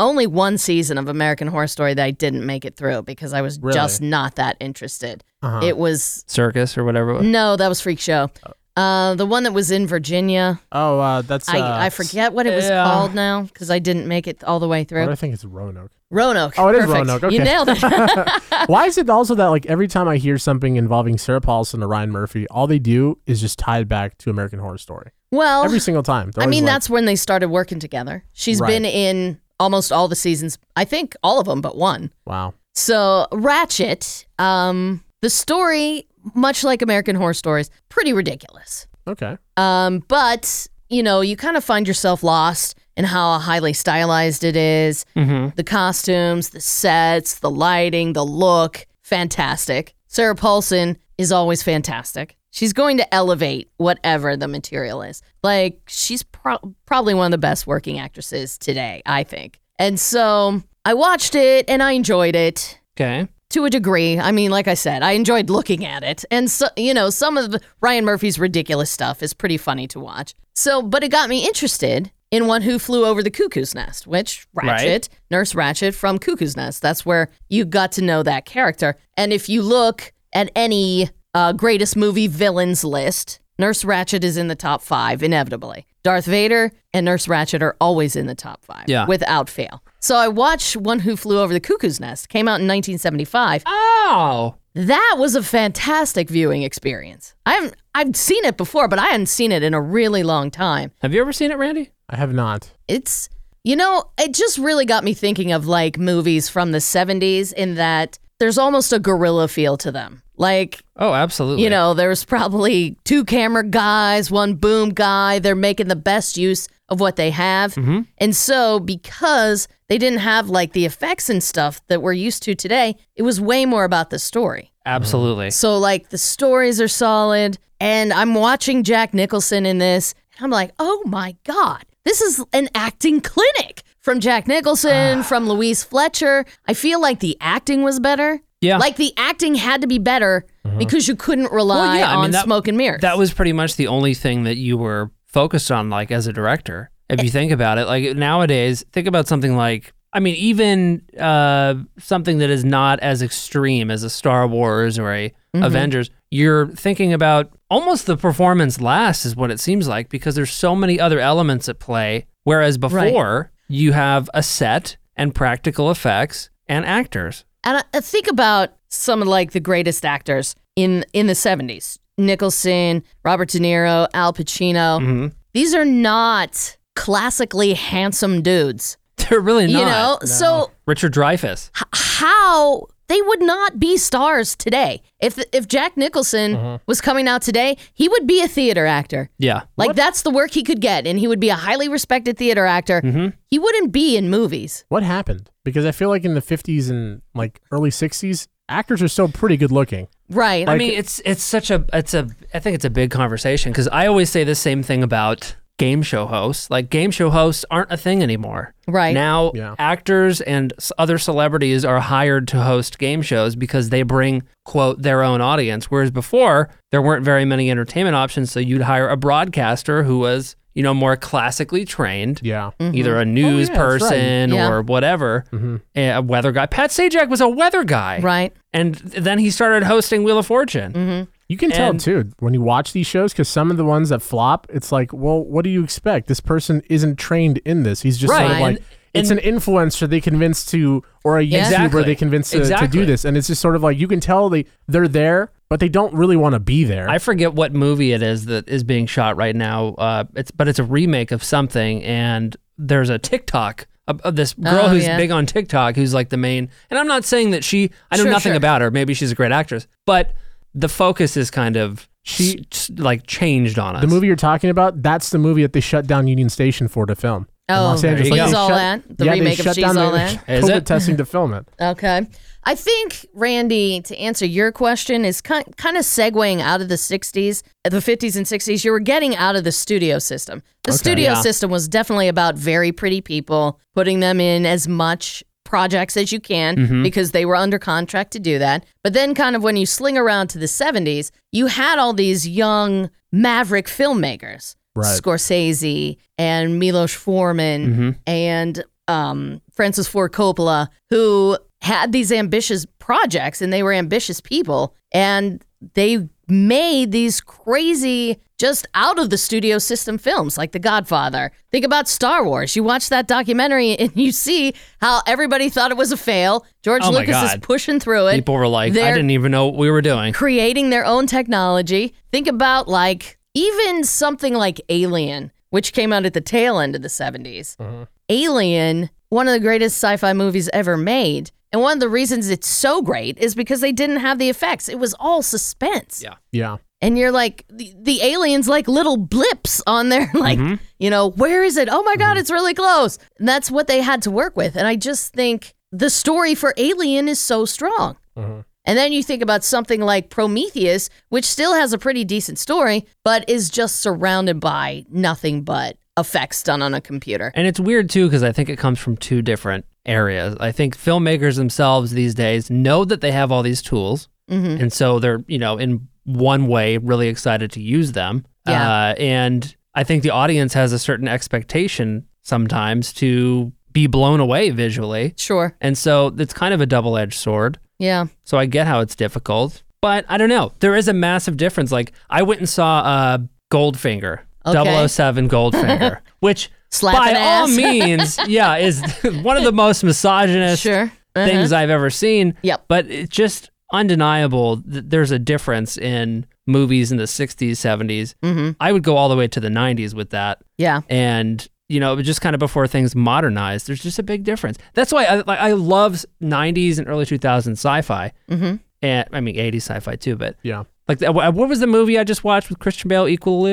Speaker 3: only one season of American Horror Story that I didn't make it through because I was
Speaker 5: Really?
Speaker 3: just not that interested.
Speaker 4: Uh-huh.
Speaker 3: It was
Speaker 4: circus or whatever. it was.
Speaker 3: no, that was Freak Show.
Speaker 4: Oh.
Speaker 3: Uh, the one that was in Virginia.
Speaker 5: Oh, uh, that's. uh,
Speaker 3: I, I forget what it was
Speaker 4: yeah.
Speaker 3: called now because I didn't make it all the way
Speaker 5: what do
Speaker 3: through.
Speaker 5: I think it's Roanoke.
Speaker 3: Roanoke.
Speaker 5: Oh, it is
Speaker 3: Perfect.
Speaker 5: Roanoke.
Speaker 3: You
Speaker 5: Okay.
Speaker 3: nailed it.
Speaker 5: Why is it also that like every time I hear something involving Sarah Paulson or Ryan Murphy, all they do is just tie it back to American Horror Story
Speaker 3: well,
Speaker 5: every single time? They're
Speaker 3: I mean,
Speaker 5: always like-
Speaker 3: that's when they started working together. She's
Speaker 5: Right.
Speaker 3: been in almost all the seasons. I think all of them but one.
Speaker 5: wow.
Speaker 3: So Ratchet, um, the story, much like American Horror Stories, pretty ridiculous.
Speaker 5: Okay.
Speaker 3: Um, but you know, you kind of find yourself lost in how highly stylized it is. The costumes, the sets, the lighting, the look, fantastic. Sarah Paulson is always fantastic. She's going to elevate whatever the material is. Like she's pro- probably one of the best working actresses today, I think. And so I watched it and I enjoyed it
Speaker 4: Okay.
Speaker 3: to a degree. I mean, like I said, I enjoyed looking at it. And so, you know, some of Ryan Murphy's ridiculous stuff is pretty funny to watch. So, but it got me interested in one who flew over the cuckoo's nest, which Ratchet, Nurse Ratchet from Cuckoo's Nest. That's where you got to know that character. And if you look at any uh, greatest movie villains list, Nurse Ratchet is in the top five, inevitably. Darth Vader and Nurse Ratchet are always in the top five
Speaker 4: Yeah.
Speaker 3: without fail. So I watched One Who Flew Over the Cuckoo's Nest, came out in 1975.
Speaker 4: Oh.
Speaker 3: That was a fantastic viewing experience. I haven't, I've seen it before, but I hadn't seen it in a really long time.
Speaker 4: Have you ever seen it, Randy?
Speaker 5: I have not.
Speaker 3: It's, you know, it just really got me thinking of like movies from the 70s in that there's almost a guerrilla feel to them. Like,
Speaker 4: Oh, absolutely.
Speaker 3: you know, there's probably two camera guys, one boom guy. They're making the best use of what they have. And so, because they didn't have like the effects and stuff that we're used to today, it was way more about the story.
Speaker 4: absolutely.
Speaker 3: So, like, the stories are solid. And I'm watching Jack Nicholson in this. And I'm like, oh my God, this is an acting clinic from Jack Nicholson, from Louise Fletcher. I feel like the acting was better.
Speaker 4: Yeah. Mm-hmm.
Speaker 3: Like, the acting had to be better because you couldn't rely
Speaker 4: Well, yeah, I
Speaker 3: on
Speaker 4: mean, that-
Speaker 3: smoke and mirrors.
Speaker 4: That was pretty much the only thing that you were focused on, like as a director. If you think about it, like nowadays, think about something like, I mean, even uh, something that is not as extreme as a Star Wars or a
Speaker 3: Mm-hmm.
Speaker 4: Avengers. You're thinking about almost the performance last is what it seems like because there's so many other elements at play. Whereas before, you have a set and practical effects and actors.
Speaker 3: And I, I think about some of like the greatest actors in in the 70s. Nicholson, Robert De Niro, Al Pacino.
Speaker 4: Mm-hmm.
Speaker 3: These are not classically handsome dudes.
Speaker 4: They're really not.
Speaker 3: you know, so
Speaker 4: Richard Dreyfuss.
Speaker 3: h- how they would not be stars today. If if Jack Nicholson was coming out today, he would be a theater actor.
Speaker 4: Mm-hmm. Yeah.
Speaker 3: Like that's the work he could get and he would be a highly respected theater actor.
Speaker 4: Mm-hmm.
Speaker 3: He wouldn't be in movies.
Speaker 5: What happened? Because I feel like in the 50s and like early 60s, actors are still pretty good looking.
Speaker 3: Right.
Speaker 4: I mean, it's it's such a it's a I think it's a big conversation because I always say the same thing about game show hosts. Like game show hosts aren't a thing anymore.
Speaker 3: Right.
Speaker 4: now,
Speaker 5: Yeah.
Speaker 4: actors and s- other celebrities are hired to host game shows because they bring quote their own audience. Whereas before, there weren't very many entertainment options, so you'd hire a broadcaster who was you know, more classically trained.
Speaker 5: Mm-hmm. Oh, Yeah.
Speaker 4: Either a news
Speaker 5: yeah, that's right.
Speaker 4: person
Speaker 3: Yeah.
Speaker 4: or whatever,
Speaker 5: Mm-hmm.
Speaker 4: eh, a weather guy. Pat Sajak was a weather guy,
Speaker 3: Right.
Speaker 4: And th- then he started hosting Wheel of Fortune.
Speaker 3: Mm-hmm.
Speaker 5: You can tell
Speaker 4: And-
Speaker 5: too when you watch these shows because some of the ones that flop, it's like, well, what do you expect? This person isn't trained in this. He's just sort of
Speaker 4: Right.
Speaker 5: like
Speaker 4: And-
Speaker 5: it's
Speaker 4: and-
Speaker 5: an influencer they convinced to, or a
Speaker 4: Exactly.
Speaker 5: YouTuber they convinced to, to
Speaker 4: Exactly.
Speaker 5: do this, and it's just sort of like you can tell they they're there, but they don't really want to be there.
Speaker 4: I forget what movie it is that is being shot right now. Uh, it's but it's a remake of something, and there's a TikTok of, of this girl
Speaker 3: Oh,
Speaker 4: who's
Speaker 3: yeah.
Speaker 4: big on TikTok, who's like the main. And I'm not saying that she. I know
Speaker 3: Sure,
Speaker 4: nothing
Speaker 3: sure.
Speaker 4: about her. Maybe she's a great actress, but the focus is kind of
Speaker 5: She-
Speaker 4: she like changed on us.
Speaker 5: the movie you're talking about, that's the movie that they shut down Union Station for to film. in
Speaker 3: Oh,
Speaker 5: Los Angeles.
Speaker 4: There you
Speaker 5: they
Speaker 3: She's All That? The
Speaker 5: yeah, they
Speaker 3: remake of
Speaker 5: shut
Speaker 3: She's
Speaker 5: down
Speaker 3: All
Speaker 5: their
Speaker 3: That?
Speaker 4: Is
Speaker 5: COVID
Speaker 4: it?
Speaker 5: testing to film it.
Speaker 3: Okay. I think, Randy, to answer your question, is kind, kind of segueing out of the 60s, the 50s and 60s. You were getting out of the studio system. The studio
Speaker 4: Yeah.
Speaker 3: system was definitely about very pretty people, putting them in as much projects as you can because they were under contract to do that. But then, kind of when you sling around to the 70s, you had all these young maverick filmmakers.
Speaker 5: Right.
Speaker 3: Scorsese and Milos Forman and um, Francis Ford Coppola, who had these ambitious projects and they were ambitious people. And they made these crazy, just out of the studio system films like The Godfather. Think about Star Wars. You watch that documentary and you see how everybody thought it was a fail. George
Speaker 4: Oh my
Speaker 3: Lucas is
Speaker 4: God.
Speaker 3: pushing through it.
Speaker 4: People were like, I
Speaker 3: They're-
Speaker 4: didn't even know what we were doing.
Speaker 3: creating their own technology. Think about like even something like Alien, which came out at the tail end of the 70s.
Speaker 4: Uh-huh.
Speaker 3: Alien, one of the greatest sci fi movies ever made. And one of the reasons it's so great is because they didn't have the effects. It was all suspense.
Speaker 4: Yeah.
Speaker 5: Yeah.
Speaker 3: And you're like, the, the aliens like little blips on there, like,
Speaker 4: Mm-hmm.
Speaker 3: you know, where is it? Oh my God, it's really close. And that's what they had to work with. And I just think the story for Alien is so strong.
Speaker 4: Mm-hmm.
Speaker 3: And then you think about something like Prometheus, which still has a pretty decent story, but is just surrounded by nothing but effects done on a computer.
Speaker 4: And it's weird too because I think it comes from two different areas. I think filmmakers themselves these days know that they have all these tools, and so they're you know in one way really excited to use them.
Speaker 3: Yeah.
Speaker 4: Uh, and I think the audience has a certain expectation sometimes to be blown away visually,
Speaker 3: Sure.
Speaker 4: and so it's kind of a double-edged sword.
Speaker 3: Yeah.
Speaker 4: So I get how it's difficult, but I don't know. There is a massive difference. Like I went and saw uh, Goldfinger,
Speaker 3: Okay.
Speaker 4: 007 Goldfinger, which
Speaker 3: Slap
Speaker 4: by
Speaker 3: an
Speaker 4: all
Speaker 3: ass.
Speaker 4: means, yeah, is one of the most misogynist
Speaker 3: Sure. Uh-huh.
Speaker 4: things I've ever seen.
Speaker 3: Yep.
Speaker 4: But it's just undeniable that there's a difference in movies in the 60s, 70s.
Speaker 3: Mm-hmm.
Speaker 4: I would go all the way to the 90s with that
Speaker 3: Yeah.
Speaker 4: and you know it was just kind of before things modernized there's just a big difference that's why i like i love 90s and early 2000s sci-fi mm-hmm. and i mean 80s sci-fi too but
Speaker 5: Yeah.
Speaker 4: like that- what was the movie i just watched with christian bale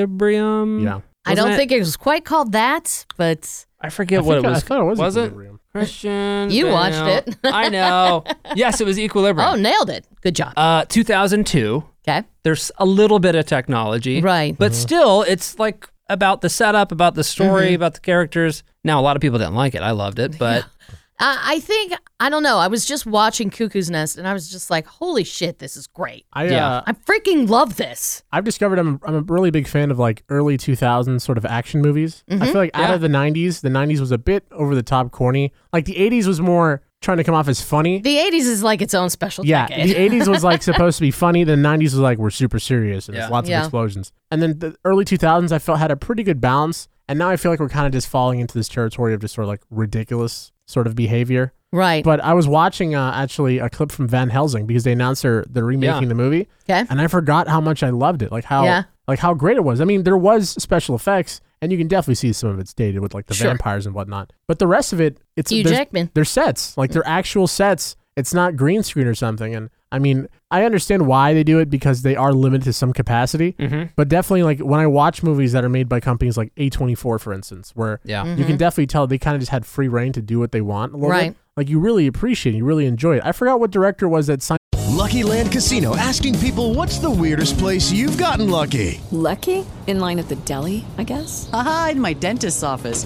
Speaker 4: equilibrium
Speaker 5: Yeah.
Speaker 3: I
Speaker 4: Wasn't
Speaker 3: don't
Speaker 4: it-
Speaker 3: think it was quite called that, but
Speaker 4: i forget
Speaker 5: I
Speaker 4: what
Speaker 5: think
Speaker 4: it
Speaker 5: I-
Speaker 4: was
Speaker 5: I thought it was
Speaker 4: it
Speaker 5: Equilibrium.
Speaker 4: christian
Speaker 3: You
Speaker 4: Bale.
Speaker 3: watched it.
Speaker 4: i know yes it was equilibrium
Speaker 3: oh, nailed it. Good job.
Speaker 4: uh 2002
Speaker 3: Okay.
Speaker 4: there's a little bit of technology
Speaker 3: Right.
Speaker 5: Mm-hmm.
Speaker 4: but still it's like about the setup about the story about the characters now a lot of people didn't like it i loved it but
Speaker 3: Uh, I think I don't know. I was just watching Cuckoo's Nest, and I was just like, "Holy shit, this is great!
Speaker 5: I,
Speaker 4: Yeah.
Speaker 5: uh,
Speaker 3: I freaking love this."
Speaker 5: I've discovered I'm I'm a really big fan of like early 2000s sort of action movies.
Speaker 3: Mm-hmm.
Speaker 5: I feel like out of the 90s, the 90s was a bit over the top corny. Like the 80s was more trying to come off as funny.
Speaker 3: The '80s is like its own special
Speaker 5: yeah,
Speaker 3: decade.
Speaker 5: the 80s was like supposed to be funny. The 90s was like we're super serious and
Speaker 4: Yeah.
Speaker 5: there's lots
Speaker 3: Yeah.
Speaker 5: of explosions. And then the early 2000s I felt had a pretty good balance. And now I feel like we're kind of just falling into this territory of just sort of like ridiculous sort of behavior.
Speaker 3: right.
Speaker 5: But I was watching uh, actually a clip from Van Helsing because they announced they're they're remaking
Speaker 4: Yeah.
Speaker 5: the movie.
Speaker 3: Okay.
Speaker 5: And I forgot how much I loved it, like how
Speaker 3: Yeah.
Speaker 5: like how great it was. I mean, there was special effects, and you can definitely see some of it's dated with like the
Speaker 3: Sure.
Speaker 5: vampires and whatnot. But the rest of it, it's
Speaker 3: Hugh
Speaker 5: there's-
Speaker 3: Jackman. Mm.
Speaker 5: They're sets, like they're actual sets. It's not green screen or something. And I mean, I understand why they do it because they are limited to some capacity.
Speaker 3: Mm-hmm.
Speaker 5: But definitely, like when I watch movies that are made by companies like A24, for instance, where
Speaker 4: Yeah.
Speaker 5: you can definitely tell they kind of just had free reign to do what they want a little
Speaker 3: Mm-hmm. Right.
Speaker 5: bit. Like you really appreciate it. You really enjoy it. I forgot what director was that signed
Speaker 6: Lucky Land Casino asking people what's the weirdest place you've gotten lucky?
Speaker 7: Lucky? In line at the deli, I guess?
Speaker 8: Aha, in my dentist's office.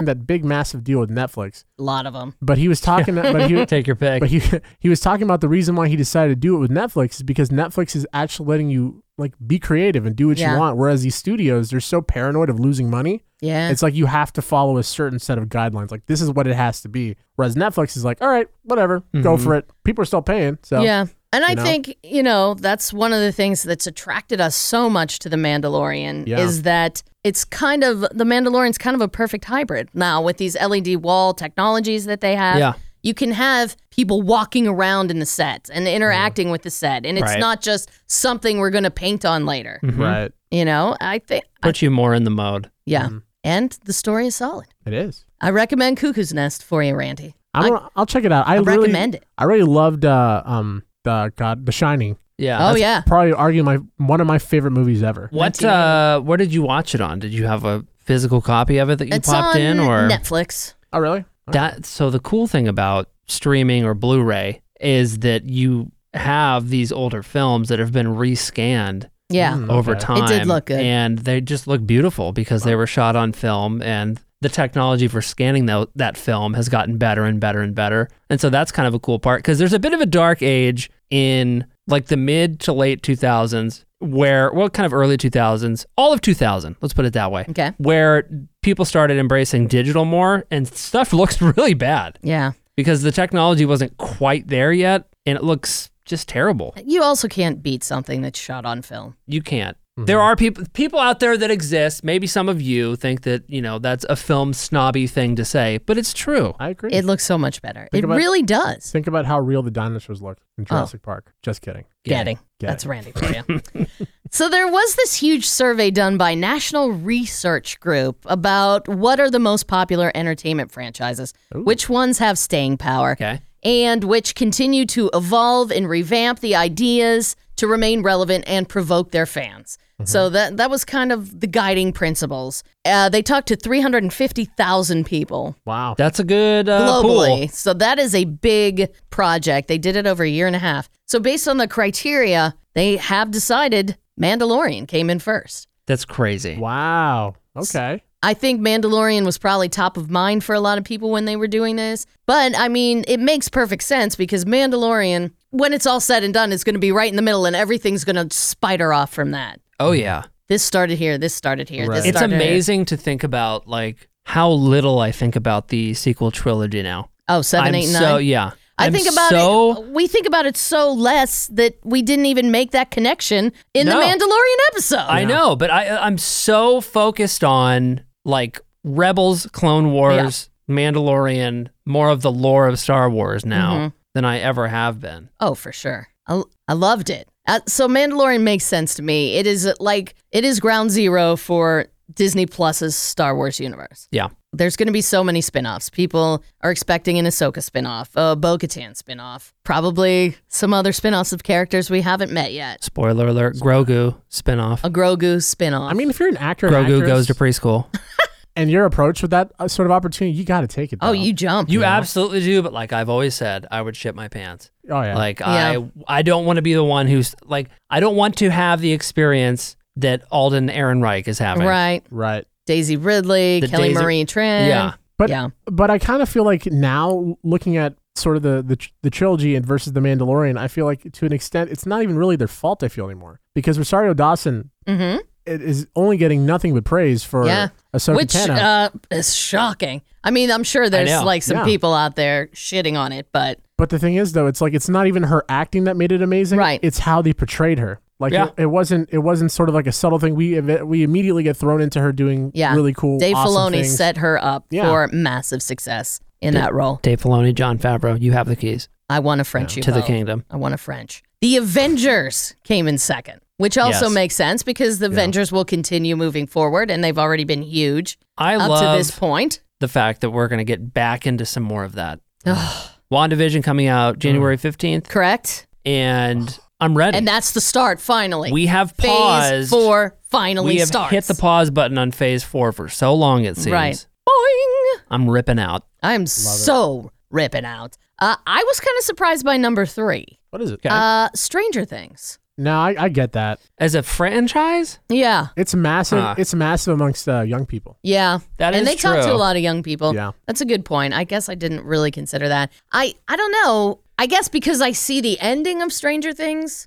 Speaker 5: That big massive deal with Netflix.
Speaker 3: A lot of them.
Speaker 5: But he was talking. but he
Speaker 4: Take your pick.
Speaker 5: But he he was talking about the reason why he decided to do it with Netflix is because Netflix is actually letting you like be creative and do what
Speaker 3: Yeah.
Speaker 5: you want. Whereas these studios, they're so paranoid of losing money.
Speaker 3: Yeah.
Speaker 5: It's like you have to follow a certain set of guidelines. Like this is what it has to be. Whereas Netflix is like, all right, whatever, go for it. People are still paying. So
Speaker 3: Mm-hmm. yeah. And I
Speaker 5: you know?
Speaker 3: think, you know, that's one of the things that's attracted us so much to The Mandalorian
Speaker 5: Yeah.
Speaker 3: is that it's kind of The Mandalorian's kind of a perfect hybrid now with these LED wall technologies that they have.
Speaker 4: Yeah.
Speaker 3: You can have people walking around in the set and interacting with the set. And it's
Speaker 4: Right.
Speaker 3: not just something we're gonna paint on later.
Speaker 5: right,
Speaker 4: Mm-hmm.
Speaker 3: You know? I think
Speaker 4: Put you more in the mode.
Speaker 3: Yeah. And the story is solid.
Speaker 5: it is.
Speaker 3: I recommend Cuckoo's Nest for you, Randy.
Speaker 5: I'm, I,
Speaker 3: I-
Speaker 5: am i will check it out.
Speaker 3: I
Speaker 5: I, really-
Speaker 3: recommend it.
Speaker 5: I really loved uh, um the God The Shining.
Speaker 4: Yeah.
Speaker 3: oh yeah.
Speaker 5: Probably argue my one of my favorite movies ever.
Speaker 4: What uh what did you watch it on? Did you have a physical copy of it that you
Speaker 3: It's
Speaker 4: popped
Speaker 3: on
Speaker 4: in or
Speaker 3: Netflix.
Speaker 5: Oh really?
Speaker 4: that so the cool thing about streaming or Blu-ray is that you have these older films that have been rescanned
Speaker 3: Yeah.
Speaker 5: Mm,
Speaker 4: over
Speaker 5: okay.
Speaker 4: time.
Speaker 3: It did look good.
Speaker 4: And they just look beautiful because they were shot on film and the technology for scanning tho- that film has gotten better and better and better. And so that's kind of a cool part because there's a bit of a dark age in like the mid to late 2000s where, well, kind of early 2000s, all of 2000, let's put it that way.
Speaker 3: Okay.
Speaker 4: Where people started embracing digital more and stuff looks really bad
Speaker 3: Yeah.
Speaker 4: because the technology wasn't quite there yet and it looks just terrible.
Speaker 3: You also can't beat something that's shot on film.
Speaker 4: you can't. There are people people out there that exist. Maybe some of you think that you know that's a film snobby thing to say, but it's true.
Speaker 5: I agree.
Speaker 3: It looks so much better.
Speaker 5: Think
Speaker 3: it
Speaker 5: about-
Speaker 3: really does.
Speaker 5: Think about how real the dinosaurs look
Speaker 3: Oh.
Speaker 5: in Jurassic Park. Just kidding.
Speaker 3: Getting.
Speaker 5: Get
Speaker 3: That's
Speaker 5: it.
Speaker 3: Randy for you. so there was this huge survey done by National Research Group about what are the most popular entertainment franchises, which ones have staying power,
Speaker 4: Okay.
Speaker 3: and which continue to evolve and revamp the ideas to remain relevant and provoke their fans.
Speaker 5: Mm-hmm.
Speaker 3: So that that was kind of the guiding principles. Uh, they talked to 350,000 people.
Speaker 5: Wow.
Speaker 4: That's a good uh,
Speaker 3: globally.
Speaker 4: pool.
Speaker 3: So that is a big project. They did it over a year and a half. So based on the criteria, they have decided Mandalorian came in first.
Speaker 4: That's crazy.
Speaker 5: Wow. Okay.
Speaker 3: I think Mandalorian was probably top of mind for a lot of people when they were doing this. But I mean, it makes perfect sense because Mandalorian, when it's all said and done, is going to be right in the middle and everything's going to spider off from that.
Speaker 4: Oh yeah,
Speaker 3: This started here, this started here, this
Speaker 4: it's
Speaker 3: started here.
Speaker 4: amazing to think about like how little I think about the sequel trilogy now.
Speaker 3: Oh, seven,
Speaker 4: I'm
Speaker 3: eight, nine.
Speaker 4: so yeah.
Speaker 3: I
Speaker 4: I'm
Speaker 3: think about
Speaker 4: so,
Speaker 3: it. We think about it so less that we didn't even make that connection in
Speaker 4: No.
Speaker 3: the Mandalorian episode.
Speaker 4: I know, but I I'm so focused on like Rebels, Clone Wars, Mandalorian, more of the lore of Star Wars now
Speaker 3: Mm-hmm.
Speaker 4: than I ever have been.
Speaker 3: Oh, for sure. I, I loved it. Uh, so Mandalorian makes sense to me. It is uh, like it is ground zero for Disney Plus's Star Wars universe.
Speaker 4: Yeah.
Speaker 3: There's going to be so many spin-offs. People are expecting an Ahsoka spin-off, a Bo-Katan spin-off, probably some other spin-offs of characters we haven't met yet.
Speaker 4: Spoiler alert, Grogu spinoff.
Speaker 3: A Grogu spin-off.
Speaker 5: I mean, if you're an actor, and
Speaker 4: Grogu
Speaker 5: actress,
Speaker 4: goes to preschool.
Speaker 5: and you're approached with that uh, sort of opportunity, you got to take it.
Speaker 3: oh,
Speaker 5: though.
Speaker 3: you jump.
Speaker 4: You absolutely do, but like I've always said, I would shit my pants.
Speaker 5: Oh yeah.
Speaker 4: Like
Speaker 3: Yeah.
Speaker 4: I I don't want to be the one who's like I don't want to have the experience that Alden Ehrenreich is having.
Speaker 3: right.
Speaker 5: right.
Speaker 3: Daisy Ridley,
Speaker 4: The
Speaker 3: Kelly
Speaker 4: Daisy-
Speaker 3: Marie Tran.
Speaker 4: Yeah.
Speaker 5: But
Speaker 3: Yeah.
Speaker 5: but I kind of feel like now looking at sort of the the, tr- the trilogy and versus the Mandalorian, I feel like to an extent it's not even really their fault. I feel anymore because Rosario Dawson
Speaker 3: Mm-hmm.
Speaker 5: it is only getting nothing but praise for
Speaker 3: Yeah.
Speaker 5: Ahsoka
Speaker 3: Which
Speaker 5: Tano.
Speaker 3: uh, is shocking. I mean, I'm sure there's
Speaker 4: know.
Speaker 3: like some
Speaker 5: Yeah.
Speaker 3: people out there shitting on it, but
Speaker 5: but But the thing is, though, it's like it's not even her acting that made it amazing. Right. It's how they portrayed her. Like
Speaker 3: Yeah.
Speaker 5: it, it wasn't. It wasn't sort of like a subtle thing. We ev- we immediately get thrown into her doing
Speaker 3: Yeah.
Speaker 5: really cool.
Speaker 3: Dave
Speaker 5: awesome
Speaker 3: Filoni
Speaker 5: things.
Speaker 3: set her up
Speaker 5: Yeah.
Speaker 3: for massive success in that role.
Speaker 4: Dave Filoni, John Favreau, you have the keys.
Speaker 3: I want a French
Speaker 4: to the
Speaker 3: UFO.
Speaker 4: kingdom.
Speaker 3: I want a French. The Avengers came in second, which also
Speaker 4: Yes.
Speaker 3: makes sense because the Avengers will continue moving forward and they've already been huge
Speaker 4: I
Speaker 3: up
Speaker 4: love
Speaker 3: to this point.
Speaker 4: the fact that we're going to get back into some more of that. WandaVision coming out January 15th.
Speaker 3: Correct.
Speaker 4: And I'm ready.
Speaker 3: And that's the start, finally.
Speaker 4: We have
Speaker 3: Phase
Speaker 4: paused.
Speaker 3: four finally
Speaker 4: we have
Speaker 3: starts.
Speaker 4: hit the pause button on phase four for so long, it seems.
Speaker 3: Right.
Speaker 4: I'm ripping out.
Speaker 3: I'm so ripping out. Uh, I was kind of surprised by number three.
Speaker 5: What is it?
Speaker 3: Uh, Stranger Things.
Speaker 5: No, I, I get that.
Speaker 4: As a franchise,
Speaker 3: Yeah.
Speaker 5: it's massive.
Speaker 4: Huh.
Speaker 5: It's massive amongst uh, young people.
Speaker 3: Yeah.
Speaker 4: That
Speaker 3: and
Speaker 4: is
Speaker 3: they talk to
Speaker 4: true.
Speaker 3: a lot of young people.
Speaker 5: Yeah.
Speaker 3: That's a good point. I guess I didn't really consider that. I, I don't know. I guess because I see the ending of Stranger Things,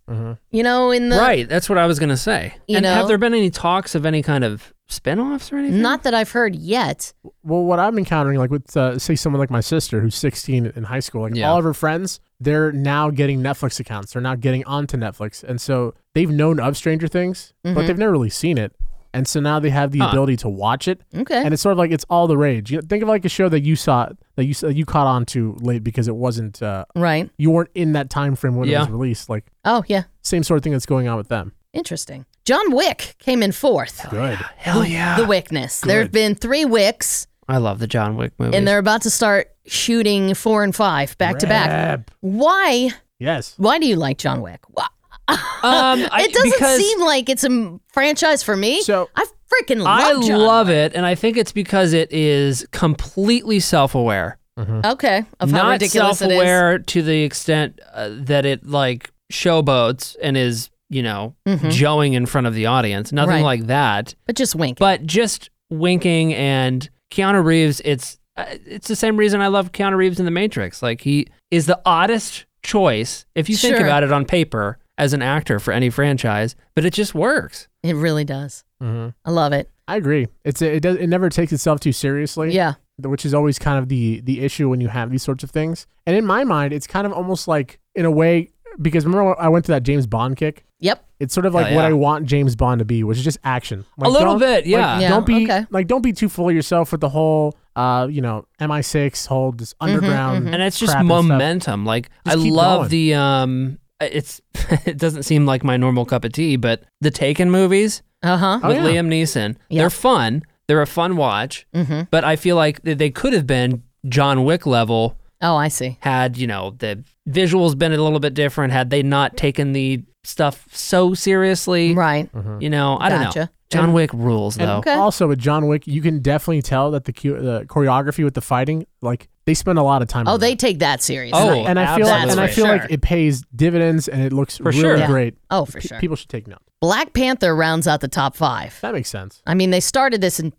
Speaker 3: you know, in the
Speaker 4: Mm-hmm. right? That's what I was going to say.
Speaker 3: You
Speaker 4: and have
Speaker 3: know?
Speaker 4: there been any talks of any kind of spinoffs or anything?
Speaker 3: Not that I've heard yet.
Speaker 5: Well, what I'm encountering, like with uh, say someone like my sister who's 16 in high school, like
Speaker 4: Yeah.
Speaker 5: all of her friends, they're now getting Netflix accounts. They're now getting onto Netflix, and so they've known of Stranger Things, but
Speaker 3: Mhm.
Speaker 5: they've never really seen it. And so now they have the
Speaker 3: Huh.
Speaker 5: ability to watch it.
Speaker 3: Okay.
Speaker 5: And it's sort of like it's all the rage. You know, think of like a show that you saw that you that you caught on to late because it wasn't uh,
Speaker 3: Right.
Speaker 5: You weren't in that time frame when it
Speaker 3: Yeah.
Speaker 5: was released. Like
Speaker 3: Oh, yeah.
Speaker 5: same sort of thing that's going on with them.
Speaker 3: Interesting. John Wick came in fourth.
Speaker 5: Good.
Speaker 4: Hell yeah.
Speaker 3: The Wickness. There have been three Wicks,
Speaker 4: I love the John Wick movies.
Speaker 3: and uh, they're about to start shooting four and five back to back.
Speaker 4: Rip.
Speaker 3: Why?
Speaker 5: Yes.
Speaker 3: Why do you like John Wick? Why? it doesn't
Speaker 4: Um, because-
Speaker 3: seem like it's a m- franchise for me. So I freaking love
Speaker 4: I
Speaker 3: John.
Speaker 4: love it, and I think it's because it is completely self-aware.
Speaker 3: Uh-huh. okay, of
Speaker 4: Not
Speaker 3: how ridiculous it is.
Speaker 4: self-aware to the extent uh, that it like showboats and is you know
Speaker 3: Mhm.
Speaker 4: joeing in front of the audience. Nothing
Speaker 3: Right.
Speaker 4: like that.
Speaker 3: But just winking.
Speaker 4: But just winking and Keanu Reeves. It's uh, it's the same reason I love Keanu Reeves in The Matrix. Like he is the oddest choice if you think
Speaker 3: Sure.
Speaker 4: about it on paper as an actor for any franchise, but it just works.
Speaker 3: It really does.
Speaker 5: Mm-hmm.
Speaker 3: I love it.
Speaker 5: I agree. It's it does it never takes itself too seriously.
Speaker 3: Yeah.
Speaker 5: th- Which is always kind of the the issue when you have these sorts of things. And in my mind, it's kind of almost like in a way because remember when I went to that James Bond kick.
Speaker 3: Yep.
Speaker 5: It's sort of like
Speaker 4: Hell
Speaker 5: what
Speaker 4: Oh, yeah.
Speaker 5: I want James Bond to be, which is just action. Like,
Speaker 4: a little
Speaker 5: don't-
Speaker 4: bit, yeah.
Speaker 5: Like, Don't be like don't be too full of yourself with the whole uh, you know, MI6 whole this
Speaker 3: Mm-hmm,
Speaker 5: underground
Speaker 4: and it's just
Speaker 5: crap and stuff.
Speaker 4: momentum like
Speaker 5: Just
Speaker 4: i
Speaker 5: keep
Speaker 4: love
Speaker 5: going.
Speaker 4: the um it's it doesn't seem like my normal cup of tea but the taken movies
Speaker 3: uh-huh
Speaker 4: with
Speaker 3: Oh, yeah.
Speaker 4: liam neeson
Speaker 3: Yeah.
Speaker 4: they're fun they're a fun watch
Speaker 5: Mm-hmm.
Speaker 3: Mhm.
Speaker 4: but i feel like th- they could have been john wick level
Speaker 3: oh i see
Speaker 4: had you know the visuals been a little bit different had they not taken the stuff so seriously
Speaker 3: right
Speaker 4: you know i don't know
Speaker 5: Gotcha.
Speaker 4: john
Speaker 5: And-
Speaker 4: wick rules
Speaker 5: And
Speaker 4: though
Speaker 5: also with John Wick, you can definitely tell that the, cu- the choreography with the fighting, like they spend a lot of time.
Speaker 3: Oh,
Speaker 5: on
Speaker 3: they take that seriously.
Speaker 5: that. and I feel like, and I feel like it pays dividends and it looks really
Speaker 3: Yeah.
Speaker 5: great.
Speaker 3: Oh, for
Speaker 5: Pe-
Speaker 3: sure.
Speaker 5: People should take note.
Speaker 3: Black Panther rounds out the top five.
Speaker 5: That makes sense.
Speaker 3: I mean, they started this in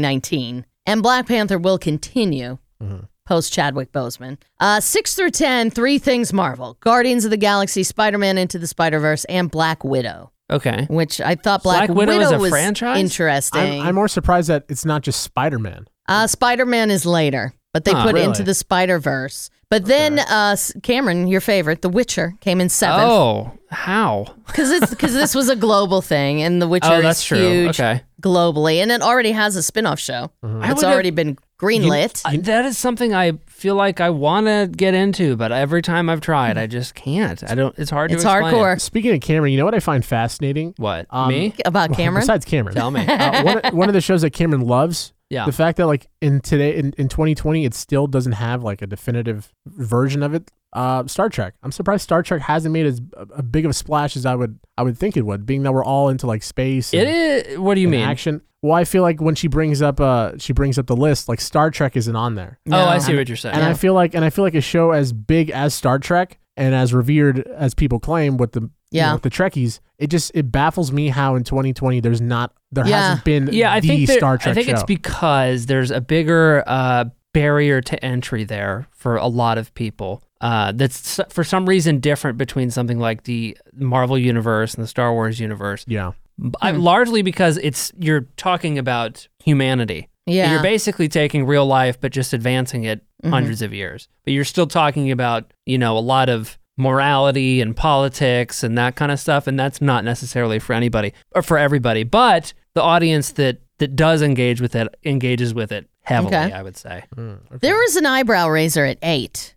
Speaker 3: 2019, and Black Panther will continue
Speaker 5: Mm-hmm.
Speaker 3: post Chadwick Boseman. Uh, six through 10, three things Marvel Guardians of the Galaxy, Spider Man Into the Spider Verse, and Black Widow,
Speaker 4: okay
Speaker 3: which I thought Black,
Speaker 4: Black Widow is a
Speaker 3: was
Speaker 4: franchise?
Speaker 3: interesting.
Speaker 5: I'm, I'm more surprised that it's not just Spider Man.
Speaker 3: uh, Spider Man is later, but they
Speaker 4: Ah,
Speaker 5: Huh.
Speaker 3: put
Speaker 5: Really?
Speaker 3: Into the Spider Verse. But then, uh, S- Cameron, your favorite, The Witcher, came in seventh.
Speaker 4: oh how
Speaker 3: because it's because this was a global thing, and The Witcher
Speaker 4: Oh, that's
Speaker 3: is
Speaker 4: true.
Speaker 3: huge
Speaker 4: Okay. Mm-hmm.
Speaker 3: globally, and it already has a spin-off show.
Speaker 4: I
Speaker 3: It's
Speaker 4: would have-
Speaker 3: already been greenlit.
Speaker 4: You- I- that is something I feel like I want to get into, but every time I've tried, I just can't. I don't. It's hard to. explain.
Speaker 5: Speaking of Cameron, you know what I find fascinating?
Speaker 4: What
Speaker 5: Um,
Speaker 4: me
Speaker 3: About Cameron?
Speaker 5: Besides Cameron,
Speaker 4: Tell me.
Speaker 5: Uh, one, of- one of the shows that Cameron loves.
Speaker 4: Yeah.
Speaker 5: The fact that like in today in, in 2020 it still doesn't have like a definitive version of it. Uh, Star Trek. I'm surprised Star Trek hasn't made as a a big of a splash as I would I would think it would, being that we're all into like space.
Speaker 4: It
Speaker 5: and-
Speaker 4: is. What do you
Speaker 5: and
Speaker 4: mean?
Speaker 5: Action. Well, I feel like when she brings up uh she brings up the list, like Star Trek isn't on there.
Speaker 4: Oh, I see what you're saying.
Speaker 5: And I
Speaker 4: Yeah.
Speaker 5: feel like and I feel like a show as big as Star Trek and as revered as people claim with the you
Speaker 4: Yeah.
Speaker 5: know, with the Trekkies, it just it baffles me how in 2020 there's not there hasn't been
Speaker 4: Yeah, I
Speaker 5: the
Speaker 4: think there-
Speaker 5: Star Trek
Speaker 4: I think
Speaker 5: show.
Speaker 4: it's because there's a bigger uh, barrier to entry there for a lot of people. Uh, that's s- for some reason different between something like the Marvel universe and the Star Wars universe.
Speaker 5: Yeah,
Speaker 3: Hmm.
Speaker 4: largely because it's you're talking about humanity.
Speaker 3: Yeah. Mm-hmm.
Speaker 4: you're basically taking real life but just advancing it Mhm. hundreds of years. But you're still talking about, you know, a lot of morality and politics and that kind of stuff. And that's not necessarily for anybody or for everybody. But the audience that that does engage with it engages with it heavily,
Speaker 3: Okay.
Speaker 4: I would say.
Speaker 3: There was an eyebrow raiser at eight.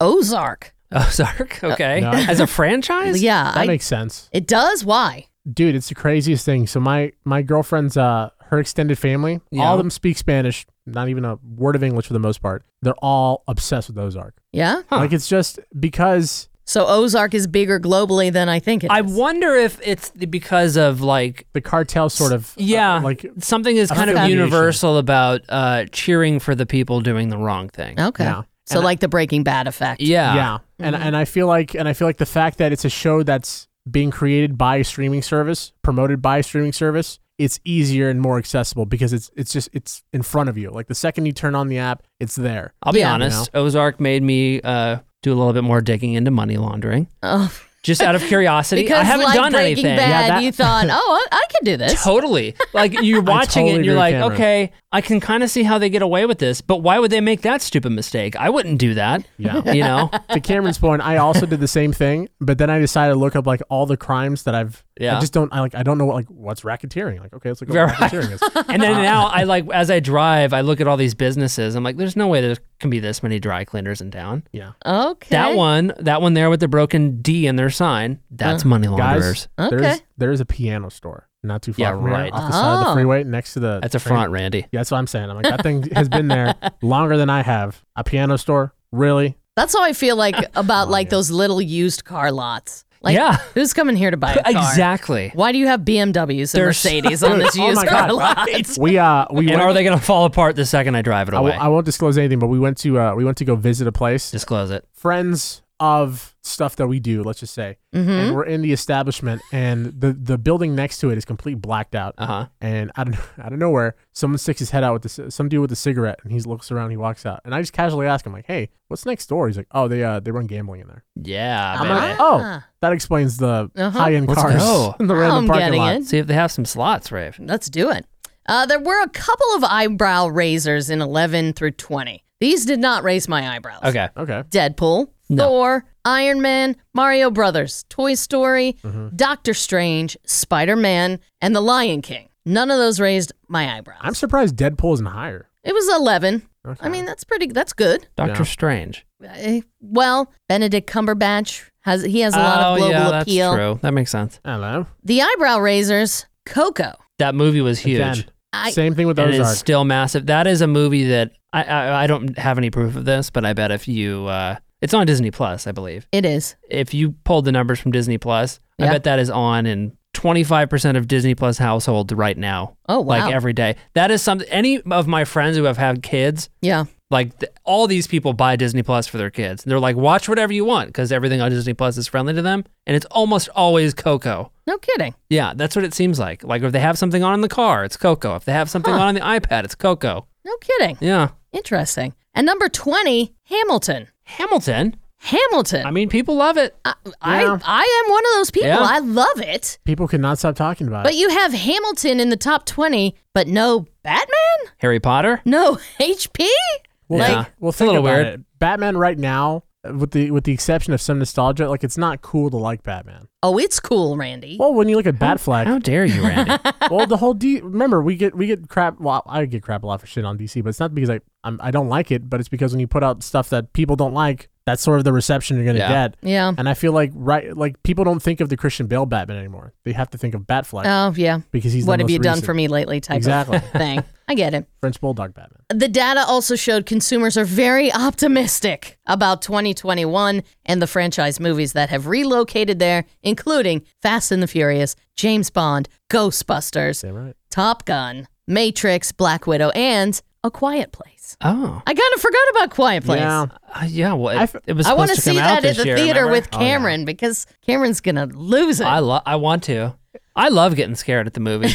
Speaker 3: Ozark.
Speaker 4: Ozark, Oh, okay.
Speaker 5: No.
Speaker 4: As a franchise?
Speaker 3: Uh, Yeah.
Speaker 5: That
Speaker 3: I-
Speaker 5: makes sense.
Speaker 3: It does. Why?
Speaker 5: Dude, it's the craziest thing. So my my girlfriend's uh her extended family, all
Speaker 3: Yeah.
Speaker 5: of them speak Spanish, not even a word of English for the most part. They're all obsessed with Ozark.
Speaker 3: Yeah.
Speaker 5: Like it's just because
Speaker 3: So Ozark is bigger globally than I think it is.
Speaker 4: I wonder if it's because of like
Speaker 5: the cartel sort of uh,
Speaker 3: Uh,
Speaker 4: yeah,
Speaker 5: like
Speaker 4: something is kind of
Speaker 5: affiliation.
Speaker 4: universal about uh, cheering for the people doing the wrong thing.
Speaker 3: Okay. So like the Breaking Bad effect.
Speaker 4: Yeah. Mm-hmm.
Speaker 5: Yeah. And and I feel like and I feel like the fact that it's a show that's being created by a streaming service, promoted by a streaming service, it's easier and more accessible because it's it's just it's in front of you. Like the second you turn on the app, it's there.
Speaker 4: I'll be
Speaker 5: You know?
Speaker 4: honest. Ozark made me uh, do a little bit more digging into money laundering.
Speaker 3: Oh.
Speaker 4: Just out of curiosity,
Speaker 3: because
Speaker 4: I haven't
Speaker 3: like
Speaker 4: done
Speaker 3: Breaking
Speaker 4: anything.
Speaker 3: Bad, you thought, oh, I, I could do this.
Speaker 4: Totally. Like you're
Speaker 3: I
Speaker 4: watching
Speaker 3: totally
Speaker 4: it and you're
Speaker 3: agree with
Speaker 4: like,
Speaker 3: Cameron.
Speaker 4: okay, I can kind of see how they get away with this, but why would they make that stupid mistake? I wouldn't do that.
Speaker 5: Yeah.
Speaker 4: You know?
Speaker 5: to Cameron's point, I also did the same thing, but then I decided to look up like all the crimes that I've.
Speaker 4: Yeah.
Speaker 5: I just don't. I like. I don't know what like what's racketeering. Like okay, let's look
Speaker 4: Right.
Speaker 5: up what racketeering is.
Speaker 4: and then
Speaker 5: Uh,
Speaker 4: now I like as I drive, I look at all these businesses. I'm like, there's no way there can be this many dry cleaners in town.
Speaker 5: Yeah.
Speaker 3: Okay.
Speaker 4: That one, that one there with the broken D in their sign, that's money launderers.
Speaker 5: Guys, there's there's a piano store not too far
Speaker 4: Yeah,
Speaker 5: from here,
Speaker 4: right.
Speaker 5: off the side of
Speaker 4: Oh.
Speaker 5: the freeway next to the.
Speaker 4: That's a
Speaker 5: train-
Speaker 4: front, Randy.
Speaker 5: Yeah, that's what I'm saying. I'm like that thing has been there longer than I have. A piano store, really?
Speaker 3: That's how I feel like about like those little used car lots. Like,
Speaker 5: Yeah.
Speaker 3: who's coming here to buy a car?
Speaker 4: Exactly.
Speaker 3: Why do you have BMWs and
Speaker 4: There's-
Speaker 3: Mercedes on this
Speaker 5: Dude, oh
Speaker 3: used
Speaker 5: my
Speaker 3: car
Speaker 5: God.
Speaker 3: lot?
Speaker 5: We uh we
Speaker 4: and
Speaker 5: went-
Speaker 4: are they going to fall apart the second I drive it
Speaker 5: I w-
Speaker 4: away?
Speaker 5: I won't disclose anything, but we went to uh, we went to go visit a place.
Speaker 4: Disclose it.
Speaker 5: Friends of stuff that we do, let's just say,
Speaker 4: Mhm.
Speaker 5: and we're in the establishment, and the the building next to it is complete blacked out. Uh
Speaker 4: huh.
Speaker 5: And out of out of nowhere, someone sticks his head out with this some dude with a cigarette, and he looks around, he walks out, and I just casually ask him like, "Hey, what's next door?" He's like, "Oh, they uh they run gambling in there."
Speaker 4: yeah.
Speaker 5: I'm
Speaker 4: baby.
Speaker 5: like, "Oh, that explains the
Speaker 3: Uh-huh.
Speaker 5: high end
Speaker 4: Let's
Speaker 5: cars
Speaker 4: go.
Speaker 5: in the random
Speaker 3: I'm
Speaker 5: parking
Speaker 3: getting
Speaker 5: lot."
Speaker 3: it.
Speaker 4: See if they have some slots, Rave.
Speaker 3: Let's do it. Uh, there were a couple of eyebrow raisers in 11 through 20. These did not raise my eyebrows.
Speaker 4: Okay.
Speaker 5: Okay.
Speaker 3: Deadpool, Thor, Iron Man, Mario Brothers, Toy Story,
Speaker 5: Mm-hmm.
Speaker 3: Doctor Strange, Spider Man, and The Lion King. None of those raised my eyebrows.
Speaker 5: I'm surprised Deadpool isn't higher.
Speaker 3: It was 11. I mean, that's pretty, that's good.
Speaker 4: Doctor Strange.
Speaker 3: Uh, well, Benedict Cumberbatch has, he has a lot of
Speaker 4: oh,
Speaker 3: global
Speaker 4: yeah, that's
Speaker 3: appeal.
Speaker 4: true. That makes sense.
Speaker 5: Hello.
Speaker 3: The eyebrow raisers, Coco.
Speaker 4: That movie was huge.
Speaker 5: Again, same thing with
Speaker 4: and
Speaker 5: Ozark.
Speaker 4: it's still massive. That is a movie that I, I I don't have any proof of this, but I bet if you uh, it's on Disney Plus, I believe.
Speaker 3: It is.
Speaker 4: If you pulled the numbers from Disney Plus, I
Speaker 3: Yeah.
Speaker 4: bet that is on in 25% of Disney Plus households right now.
Speaker 3: Oh, wow.
Speaker 4: Like every day. That is something any of my friends who have had kids,
Speaker 3: Yeah.
Speaker 4: like th- all these people buy Disney Plus for their kids. They're like watch whatever you want cuz everything on Disney Plus is friendly to them and it's almost always Coco.
Speaker 3: No kidding.
Speaker 4: Yeah, that's what it seems like. Like if they have something on in the car, it's Coco. If they have something on on the iPad, it's Coco.
Speaker 3: No kidding.
Speaker 4: Yeah.
Speaker 3: Interesting. And number 20, Hamilton.
Speaker 4: Hamilton?
Speaker 3: Hamilton.
Speaker 4: I mean, people love it.
Speaker 3: I, I,
Speaker 5: Yeah.
Speaker 3: I am one of those people.
Speaker 5: Yeah.
Speaker 3: I love it.
Speaker 5: People could not stop talking about
Speaker 3: But
Speaker 5: it.
Speaker 3: you have Hamilton in the top 20, but no Batman?
Speaker 4: Harry Potter?
Speaker 3: No HP?
Speaker 5: Well,
Speaker 3: Like,
Speaker 5: think, well,
Speaker 4: It's a
Speaker 5: think
Speaker 4: little
Speaker 5: about
Speaker 4: weird.
Speaker 5: it. Batman right now, uh, with the with the exception of some nostalgia, like it's not cool to like Batman.
Speaker 3: oh, it's cool, Randy.
Speaker 5: Well, when you look at Batfleck,
Speaker 4: How dare you, Randy?
Speaker 5: well, the whole D. Remember, we get we get crap. Well, I get crap a lot for shit on DC, but it's not because I I'm, I don't like it, but it's because when you put out stuff that people don't like, that's sort of the reception you're gonna
Speaker 4: Yeah.
Speaker 5: get.
Speaker 3: Yeah.
Speaker 5: And I feel like right, like people don't think of the Christian Bale Batman anymore. They have to think of Batfleck.
Speaker 3: oh, yeah.
Speaker 5: because he's the
Speaker 3: What have
Speaker 5: most
Speaker 3: you done
Speaker 5: recent.
Speaker 3: for me lately type
Speaker 5: Exactly.
Speaker 3: of thing. I get it.
Speaker 5: French Bulldog Batman.
Speaker 3: The data also showed consumers are very optimistic about 2021 and the franchise movies that have relocated there, including Fast and the Furious, James Bond, Ghostbusters, Top Gun, Matrix, Black Widow, and A Quiet Place.
Speaker 4: Oh.
Speaker 3: I kind of forgot about Quiet Place.
Speaker 5: Yeah.
Speaker 4: Uh, yeah, well, it, it was
Speaker 3: I
Speaker 4: want
Speaker 3: wanna see that at the theater with Cameron because Cameron's going to lose it.
Speaker 4: Oh, I lo- I want to. I love getting scared at the movie.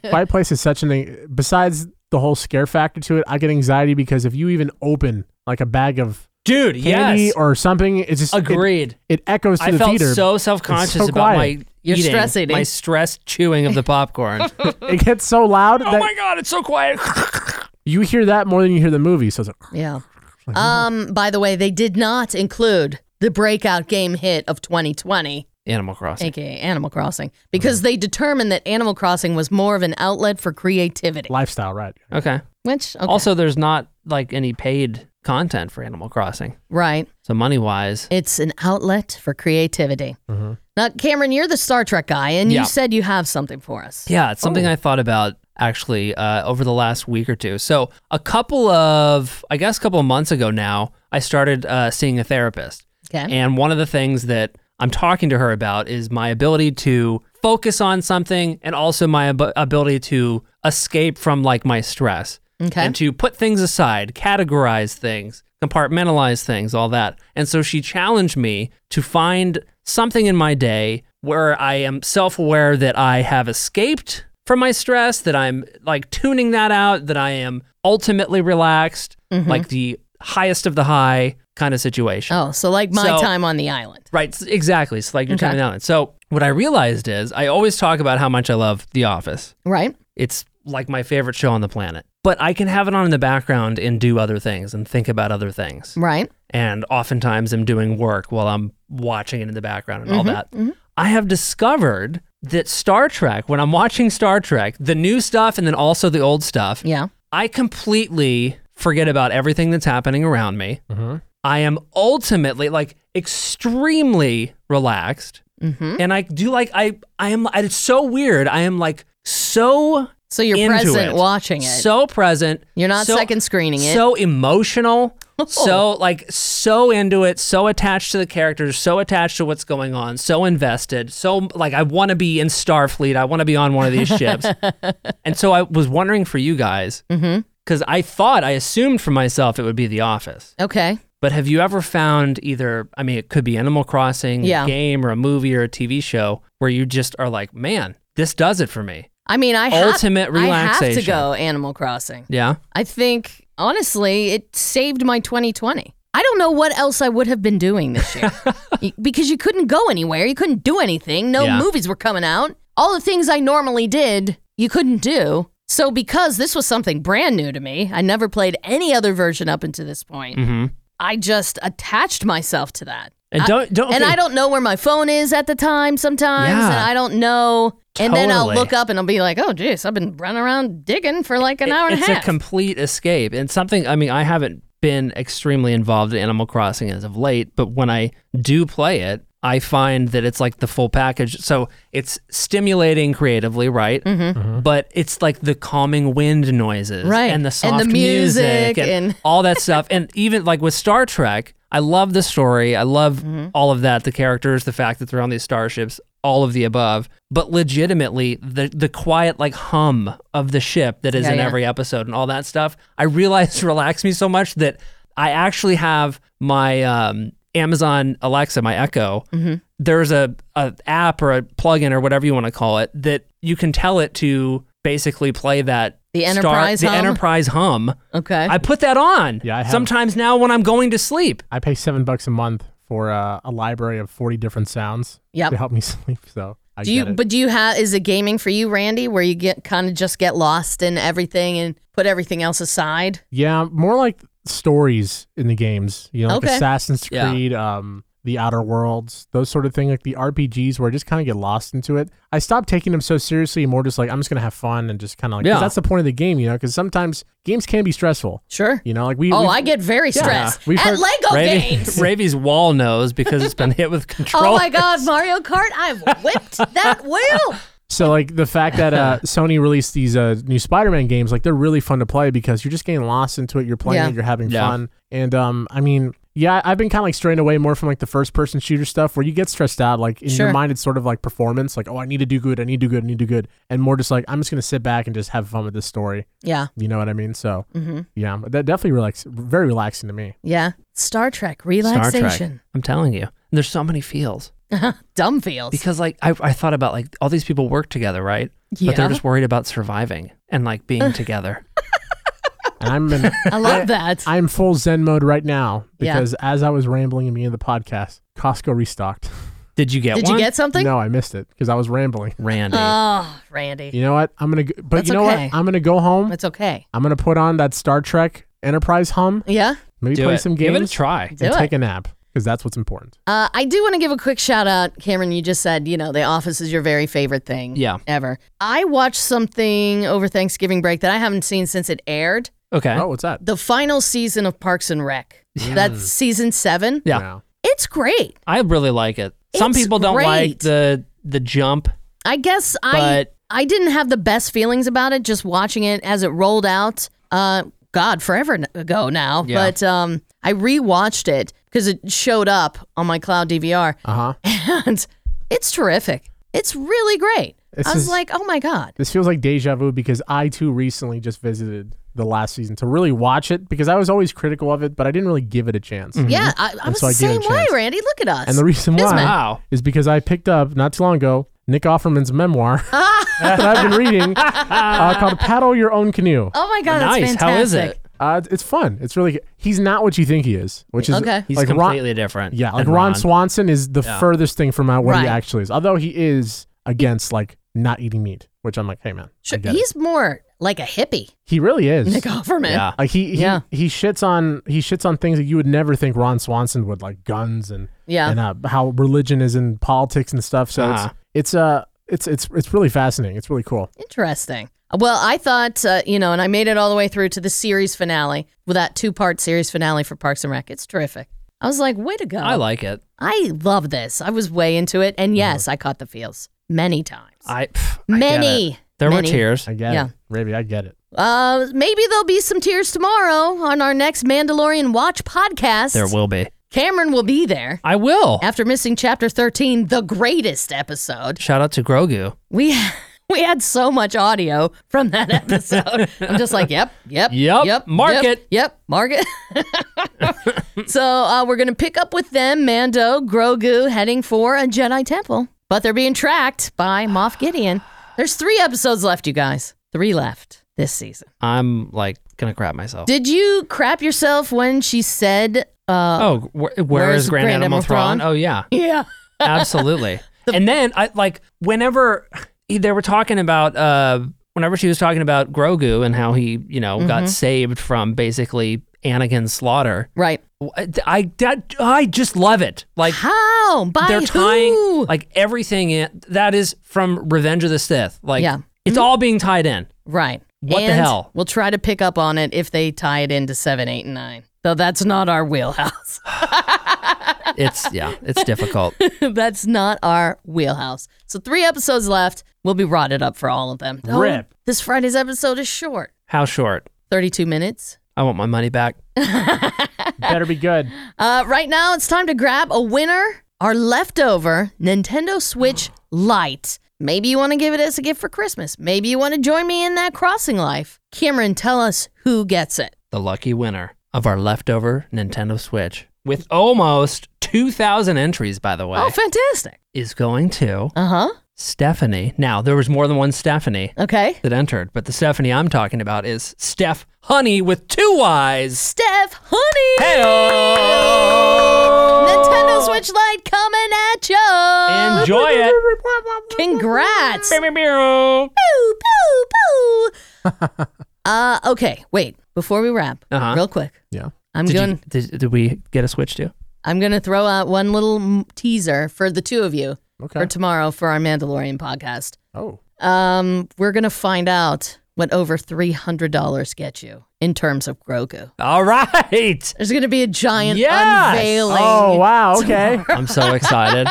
Speaker 5: Quiet Place is such an besides the whole scare factor to it. I get anxiety because if you even open like a bag of
Speaker 4: Dude,
Speaker 5: candy
Speaker 4: yes.
Speaker 5: or something, it's just it-
Speaker 4: Agreed.
Speaker 5: It, echoes to
Speaker 4: I
Speaker 5: the
Speaker 4: felt
Speaker 5: theater.
Speaker 4: so
Speaker 5: It's
Speaker 4: self-conscious
Speaker 5: so
Speaker 4: about
Speaker 5: quiet.
Speaker 4: my eating, my
Speaker 3: eh?
Speaker 4: stress chewing of the popcorn.
Speaker 3: Oh
Speaker 5: it gets so loud
Speaker 4: oh
Speaker 5: that
Speaker 4: my god, it's so quiet.
Speaker 5: you hear that more than you hear the movie. So it's like,
Speaker 3: yeah. Um, by the way, they did not include the breakout game hit of 2020.
Speaker 4: Animal Crossing.
Speaker 3: AKA Animal Crossing, because they determined that Animal Crossing was more of an outlet for creativity.
Speaker 5: Lifestyle, right?
Speaker 4: Okay.
Speaker 3: Which, okay.
Speaker 4: Also, there's not like any paid content for Animal Crossing.
Speaker 3: Right.
Speaker 4: So money wise,
Speaker 3: It's an outlet for creativity. Now, Cameron, you're the Star Trek guy, and
Speaker 4: Mm-hmm. Yeah.
Speaker 3: you said you have something for us.
Speaker 4: Yeah, it's
Speaker 3: Oh.
Speaker 4: something I thought about actually uh, over the last week or two. So a couple of, I guess, a couple of months ago now, I started uh, seeing a therapist.
Speaker 3: Okay.
Speaker 4: And one of the things that I'm talking to her about is my ability to focus on something and also my ab- ability to escape from like my stress.
Speaker 3: Okay.
Speaker 4: And to put things aside, categorize things, compartmentalize things, all that. And so she challenged me to find something in my day where I am self aware that I have escaped from my stress, that I'm like tuning that out, that I am ultimately relaxed,
Speaker 3: Mhm.
Speaker 4: like the highest of the high kind of situation.
Speaker 3: Oh, so like my
Speaker 4: So-
Speaker 3: time on the island.
Speaker 4: Right, s- exactly. It's like you're
Speaker 3: Okay.
Speaker 4: coming out. So what I realized is I always talk about how much I love The Office.
Speaker 3: Right.
Speaker 4: It's like my favorite show on the planet. But I can have it on in the background and do other things and think about other things.
Speaker 3: Right.
Speaker 4: And oftentimes I'm doing work while I'm watching it in the background and
Speaker 3: Mm-hmm,
Speaker 4: all
Speaker 9: Mhm,
Speaker 4: that. I have discovered that Star Trek, when I'm watching Star Trek, the new stuff and then also the old stuff,
Speaker 3: yeah.
Speaker 4: I completely forget about everything that's happening around me. I am ultimately like extremely relaxed.
Speaker 3: Mm-hmm.
Speaker 4: And I do like I I am and it's so weird. I am like so
Speaker 3: So you're
Speaker 4: into
Speaker 3: present
Speaker 4: it.
Speaker 3: watching it.
Speaker 4: So present.
Speaker 3: You're not
Speaker 4: so-
Speaker 3: second screening it.
Speaker 4: So emotional. so like so into it, so attached to the characters, so attached to what's going on, so invested, so like I want to be in Starfleet. I want to be on one of these ships. and so I was wondering for you guys
Speaker 3: Mhm.
Speaker 4: cuz I thought I assumed for myself it would be The Office.
Speaker 3: Okay.
Speaker 4: But have you ever found either, I mean, it could be Animal Crossing,
Speaker 3: Yeah.
Speaker 4: a game, or a movie, or a TV show where you just are like, man, this does it for me.
Speaker 3: I mean, I have,
Speaker 4: Ultimate
Speaker 3: I have to
Speaker 4: relaxation.
Speaker 3: go Animal Crossing.
Speaker 4: Yeah.
Speaker 3: I think honestly, it saved my 2020. I don't know what else I would have been doing this year Y- because you couldn't go anywhere, you couldn't do anything. No
Speaker 10: Yeah.
Speaker 3: movies were coming out. All the things I normally did, you couldn't do. So because this was something brand new to me, I never played any other version up until this point.
Speaker 4: Mm-hmm.
Speaker 3: I just attached myself to that.
Speaker 4: And
Speaker 3: I-
Speaker 4: don't- don't-
Speaker 3: and I don't know where my phone is at the time sometimes,
Speaker 4: Yeah.
Speaker 3: and I don't know. And then I'll
Speaker 4: Totally.
Speaker 3: look up and I'll be like, "Oh, geez, I've been running around digging for like an hour and a
Speaker 4: it's
Speaker 3: half."
Speaker 4: a complete escape. And something, I mean, I haven't been extremely involved in Animal Crossing as of late, but when I do play it, I find that it's like the full package. So it's stimulating creatively, right?
Speaker 3: Mhm. Mhm.
Speaker 4: But it's like the calming wind noises,
Speaker 3: Right.
Speaker 4: And the
Speaker 3: And
Speaker 4: soft
Speaker 3: the music
Speaker 4: and,
Speaker 3: and-
Speaker 4: all that stuff. And even like with Star Trek, I love the story. I love
Speaker 3: Mm-hmm.
Speaker 4: all of that. The characters, the fact that they're on these starships, all of the above. But legitimately, the the quiet like hum of the ship that is
Speaker 9: Yeah,
Speaker 4: in
Speaker 9: yeah.
Speaker 4: every episode and all that stuff, I realized relaxed me so much that I actually have my um, Amazon Alexa, my Echo.
Speaker 3: Mm-hmm.
Speaker 9: Mhm.
Speaker 4: There's a, a app or a plugin or whatever you want to call it that you can tell it to basically play that
Speaker 3: The
Speaker 4: star-
Speaker 3: Enterprise
Speaker 4: the
Speaker 3: hum?
Speaker 4: enterprise hum.
Speaker 3: Okay.
Speaker 4: I put that on. Yeah,
Speaker 5: have.
Speaker 4: Sometimes now when I'm going to sleep,
Speaker 5: I pay seven bucks a month for uh, a library of forty different sounds
Speaker 3: Yep.
Speaker 5: to help me sleep. So I
Speaker 3: do you?
Speaker 5: get it.
Speaker 3: But do you have? Is it gaming for you, Randy, where you get kind of just get lost in everything and put everything else aside?
Speaker 5: yeah, more like stories in the games. You know, like
Speaker 3: Okay.
Speaker 5: Assassin's
Speaker 3: Yeah.
Speaker 5: Creed, um, The Outer Worlds, those sort of thing. Like the RPGs where I just kind of get lost into it. I stopped taking them so seriously, and more just like I'm just gonna have fun and just kind of like 'cause
Speaker 3: Yeah.
Speaker 5: that's the point of the game. You know, because sometimes games can be stressful.
Speaker 3: Sure.
Speaker 5: You know, like we.
Speaker 3: oh,
Speaker 5: we've-
Speaker 3: I get very
Speaker 5: Yeah.
Speaker 3: stressed
Speaker 5: We've
Speaker 3: at
Speaker 5: heard-
Speaker 3: Lego games.
Speaker 4: Ravi's wall knows because it's been hit with control.
Speaker 3: Oh my God, Mario Kart! I've whipped that wheel.
Speaker 5: So like the fact that uh, Sony released these uh, new Spider-Man games, like they're really fun to play because you're just getting lost into it. You're playing
Speaker 3: Yeah.
Speaker 5: it, you're having
Speaker 4: Yeah.
Speaker 5: fun, and um, I mean, yeah, I've been kind of like straying away more from like the first-person shooter stuff where you get stressed out. Like in
Speaker 3: Sure.
Speaker 5: your mind, it's sort of like performance, like oh, I need to do good, I need to do good, I need to do good, and more just like I'm just gonna sit back and just have fun with this story.
Speaker 3: Yeah.
Speaker 5: You know what I mean? So
Speaker 3: Mhm.
Speaker 5: yeah, but that definitely relax, very relaxing to me.
Speaker 3: Yeah, Star Trek
Speaker 4: Star Trek.
Speaker 3: relaxation.
Speaker 4: I'm telling you. And there's so many feels.
Speaker 3: Dumb feels.
Speaker 4: Because like I, I thought about like all these people work together, right? But
Speaker 3: Yeah.
Speaker 4: they're just worried about surviving and like being together.
Speaker 5: And I'm in,
Speaker 3: I love that.
Speaker 5: I'm full Zen mode right now
Speaker 3: Yeah.
Speaker 5: because as I was rambling and beginning of the podcast, Costco restocked.
Speaker 4: Did you get
Speaker 3: Did you one? get something?
Speaker 5: No, I missed it because I was rambling.
Speaker 4: Randy.
Speaker 3: Oh, Randy.
Speaker 5: you know what? I'm gonna. Go, but
Speaker 3: That's
Speaker 5: you know
Speaker 3: okay.
Speaker 5: what? I'm gonna go home.
Speaker 3: It's okay.
Speaker 5: I'm gonna put on that Star Trek Enterprise hum.
Speaker 3: Yeah.
Speaker 5: I'm Maybe
Speaker 4: Do
Speaker 5: play
Speaker 4: it.
Speaker 5: some
Speaker 4: Give
Speaker 5: games.
Speaker 4: it a try.
Speaker 5: And
Speaker 3: Do it.
Speaker 5: take a nap because that's what's important.
Speaker 3: Uh, I do want to give a quick shout out, Cameron. You just said, you know, The Office is your very favorite thing
Speaker 4: Yeah.
Speaker 3: ever. I watched something over Thanksgiving break that I haven't seen since it aired.
Speaker 4: Okay.
Speaker 5: Oh, what's that?
Speaker 3: The final season of Parks and Rec. That's season seven.
Speaker 4: Yeah.
Speaker 3: It's great.
Speaker 4: I really like it. Some
Speaker 3: It's
Speaker 4: people don't
Speaker 3: great.
Speaker 4: like the the jump.
Speaker 3: I guess I
Speaker 4: But-
Speaker 3: I didn't have the best feelings about it just watching it as it rolled out. Uh, God, forever n- ago now,
Speaker 4: Yeah.
Speaker 3: but um, I rewatched it because it showed up on my cloud DVR,
Speaker 5: Uh huh.
Speaker 3: and it's terrific. It's really great.
Speaker 5: This
Speaker 3: I was
Speaker 5: is-
Speaker 3: like, oh my god.
Speaker 5: This feels like deja vu because I too recently just visited the last season to really watch it because I was always critical of it, but I didn't really give it a chance.
Speaker 3: Yeah, I, I
Speaker 5: And
Speaker 3: was
Speaker 5: so
Speaker 3: the
Speaker 5: gave
Speaker 3: same
Speaker 5: it a
Speaker 3: way,
Speaker 5: chance.
Speaker 3: Randy. Look at us.
Speaker 5: And the reason why
Speaker 3: Isn't it?
Speaker 5: is because I picked up not too long ago Nick Offerman's memoir that I've been reading uh, called "Paddle Your Own Canoe."
Speaker 3: Oh my god, that's
Speaker 4: Nice.
Speaker 3: fantastic.
Speaker 4: How is it?
Speaker 5: Uh, it's fun. It's really. good. He's not what you think he is, which is
Speaker 3: Okay.
Speaker 4: He's
Speaker 5: like Ron-
Speaker 4: completely different.
Speaker 5: Yeah, like
Speaker 4: than
Speaker 5: Ron, Swanson is the
Speaker 4: Yeah.
Speaker 5: furthest thing from out what
Speaker 3: Right.
Speaker 5: he actually is. Although he is against like not eating meat, which I'm like, hey man, I
Speaker 3: Sure,
Speaker 5: get it.
Speaker 3: he's more like a hippie,
Speaker 5: he really is.
Speaker 3: Nick Offerman.
Speaker 4: Yeah.
Speaker 5: Like he, he
Speaker 3: Yeah.
Speaker 5: he shits on he shits on things that you would never think Ron Swanson would like guns and
Speaker 3: Yeah.
Speaker 5: and uh, how religion is in politics and stuff. So
Speaker 4: Uh-huh.
Speaker 5: it's it's uh it's it's it's really fascinating. It's really cool.
Speaker 3: Interesting. Well, I thought, uh, you know, and I made it all the way through to the series finale with that two part series finale for Parks and Rec. It's terrific. I was like, way to go.
Speaker 4: I like it.
Speaker 3: I love this. I was way into it. And yes, I caught the feels many times.
Speaker 4: I pff, I get
Speaker 3: Many.
Speaker 4: it. There
Speaker 3: Many.
Speaker 4: were tears.
Speaker 5: I get
Speaker 3: Yeah.
Speaker 5: it, Ravi. I get it.
Speaker 3: Uh, maybe there'll be some tears tomorrow on our next Mandalorian Watch podcast.
Speaker 4: There will be.
Speaker 3: Cameron will be there.
Speaker 4: I will.
Speaker 3: After missing chapter 13, the greatest episode,
Speaker 4: Shout out to Grogu.
Speaker 3: we we had so much audio from that episode. I'm just like, yep, yep,
Speaker 4: Yep, mark
Speaker 3: yep,
Speaker 4: it.
Speaker 3: Yep, mark it. so uh, we're going to pick up with them, Mando, Grogu, heading for a Jedi temple. But they're being tracked by Moff Gideon. There's three episodes left, you guys. Three left this season.
Speaker 4: I'm like gonna crap myself.
Speaker 3: Did you crap yourself when she said, uh,
Speaker 4: oh, wh- where
Speaker 3: where's
Speaker 4: is Grand,
Speaker 3: Grand
Speaker 4: Animal
Speaker 3: Admiral Thrawn?
Speaker 4: Thrawn? Oh yeah.
Speaker 3: yeah.
Speaker 4: Absolutely. and then I like whenever they were talking about uh whenever she was talking about Grogu and how he, you know,
Speaker 3: Mm-hmm.
Speaker 4: got saved from basically Anakin's slaughter.
Speaker 3: Right.
Speaker 4: I I, that, I just love it. Like
Speaker 3: How? By
Speaker 4: they're
Speaker 3: who?
Speaker 4: tying like everything in that is from Revenge of the Sith. Like
Speaker 3: Yeah. Mm-hmm.
Speaker 4: it's all being tied in.
Speaker 3: Right.
Speaker 4: What the
Speaker 3: And
Speaker 4: hell?
Speaker 3: We'll try to pick up on it if they tie it into seven, eight, and nine. Though that's not our wheelhouse.
Speaker 4: It's yeah, it's difficult.
Speaker 3: that's not our wheelhouse. So three episodes left. We'll be rotted up for all of them. Though
Speaker 5: Rip.
Speaker 3: This Friday's episode is short.
Speaker 4: How short?
Speaker 3: 32 minutes.
Speaker 4: I want my money back.
Speaker 5: Better be good.
Speaker 3: Uh, right now, it's time to grab a winner, our leftover Nintendo Switch Lite. Maybe you want to give it as a gift for Christmas. Maybe you want to join me in that crossing life. Cameron, tell us who gets it.
Speaker 4: The lucky winner of our leftover Nintendo Switch with almost 2000 entries by the way
Speaker 3: Oh, fantastic.
Speaker 4: is going to
Speaker 3: Uh huh.
Speaker 4: Stephanie. Now, there was more than one Stephanie
Speaker 3: Okay.
Speaker 4: that entered, but the Stephanie I'm talking about is Steph Honey with two Y's.
Speaker 3: Steph Honey.
Speaker 4: Hey-o!
Speaker 3: Nintendo Switch Lite coming at you.
Speaker 4: Enjoy it.
Speaker 3: Congrats.
Speaker 4: Pew, pew, pew.
Speaker 3: Boo, boo, boo. uh, okay, wait. Before we wrap,
Speaker 4: Uh-huh.
Speaker 3: real quick,
Speaker 5: Yeah.
Speaker 3: I'm
Speaker 4: Did,
Speaker 3: going.
Speaker 4: you, did, did we get a Switch too?
Speaker 3: I'm going to throw out one little m- teaser for the two of you
Speaker 5: Okay.
Speaker 3: for tomorrow for our Mandalorian podcast.
Speaker 5: oh.
Speaker 3: Um, we're going to find out what over $300 gets you in terms of Grogu.
Speaker 4: All right.
Speaker 3: There's going to be a giant
Speaker 4: Yes!
Speaker 3: unveiling.
Speaker 5: Oh wow. Okay.
Speaker 4: I'm so excited.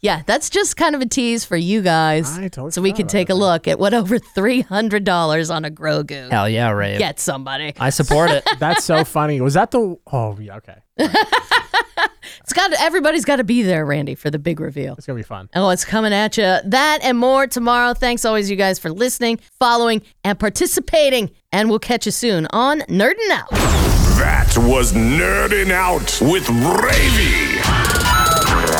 Speaker 3: Yeah, that's just kind of a tease for you guys.
Speaker 5: I totally
Speaker 3: so we
Speaker 5: forgot
Speaker 3: can
Speaker 5: about
Speaker 3: take a look at what over $300 on a Grogu
Speaker 4: Hell yeah, Ray.
Speaker 3: gets somebody.
Speaker 4: I support it.
Speaker 5: That's so funny. Was that the? Oh yeah. Okay.
Speaker 3: It's got everybody's got to be there, Randy, for the big reveal.
Speaker 5: It's gonna be fun.
Speaker 3: Oh, it's coming at you. That and more tomorrow. Thanks always, you guys, for listening, following, and participating. And we'll catch you soon on Nerdin' Out.
Speaker 1: That was Nerding Out with Ravy.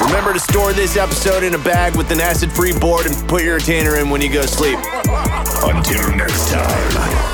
Speaker 2: Remember to store this episode in a bag with an acid free board and put your retainer in when you go sleep.
Speaker 1: Until next time.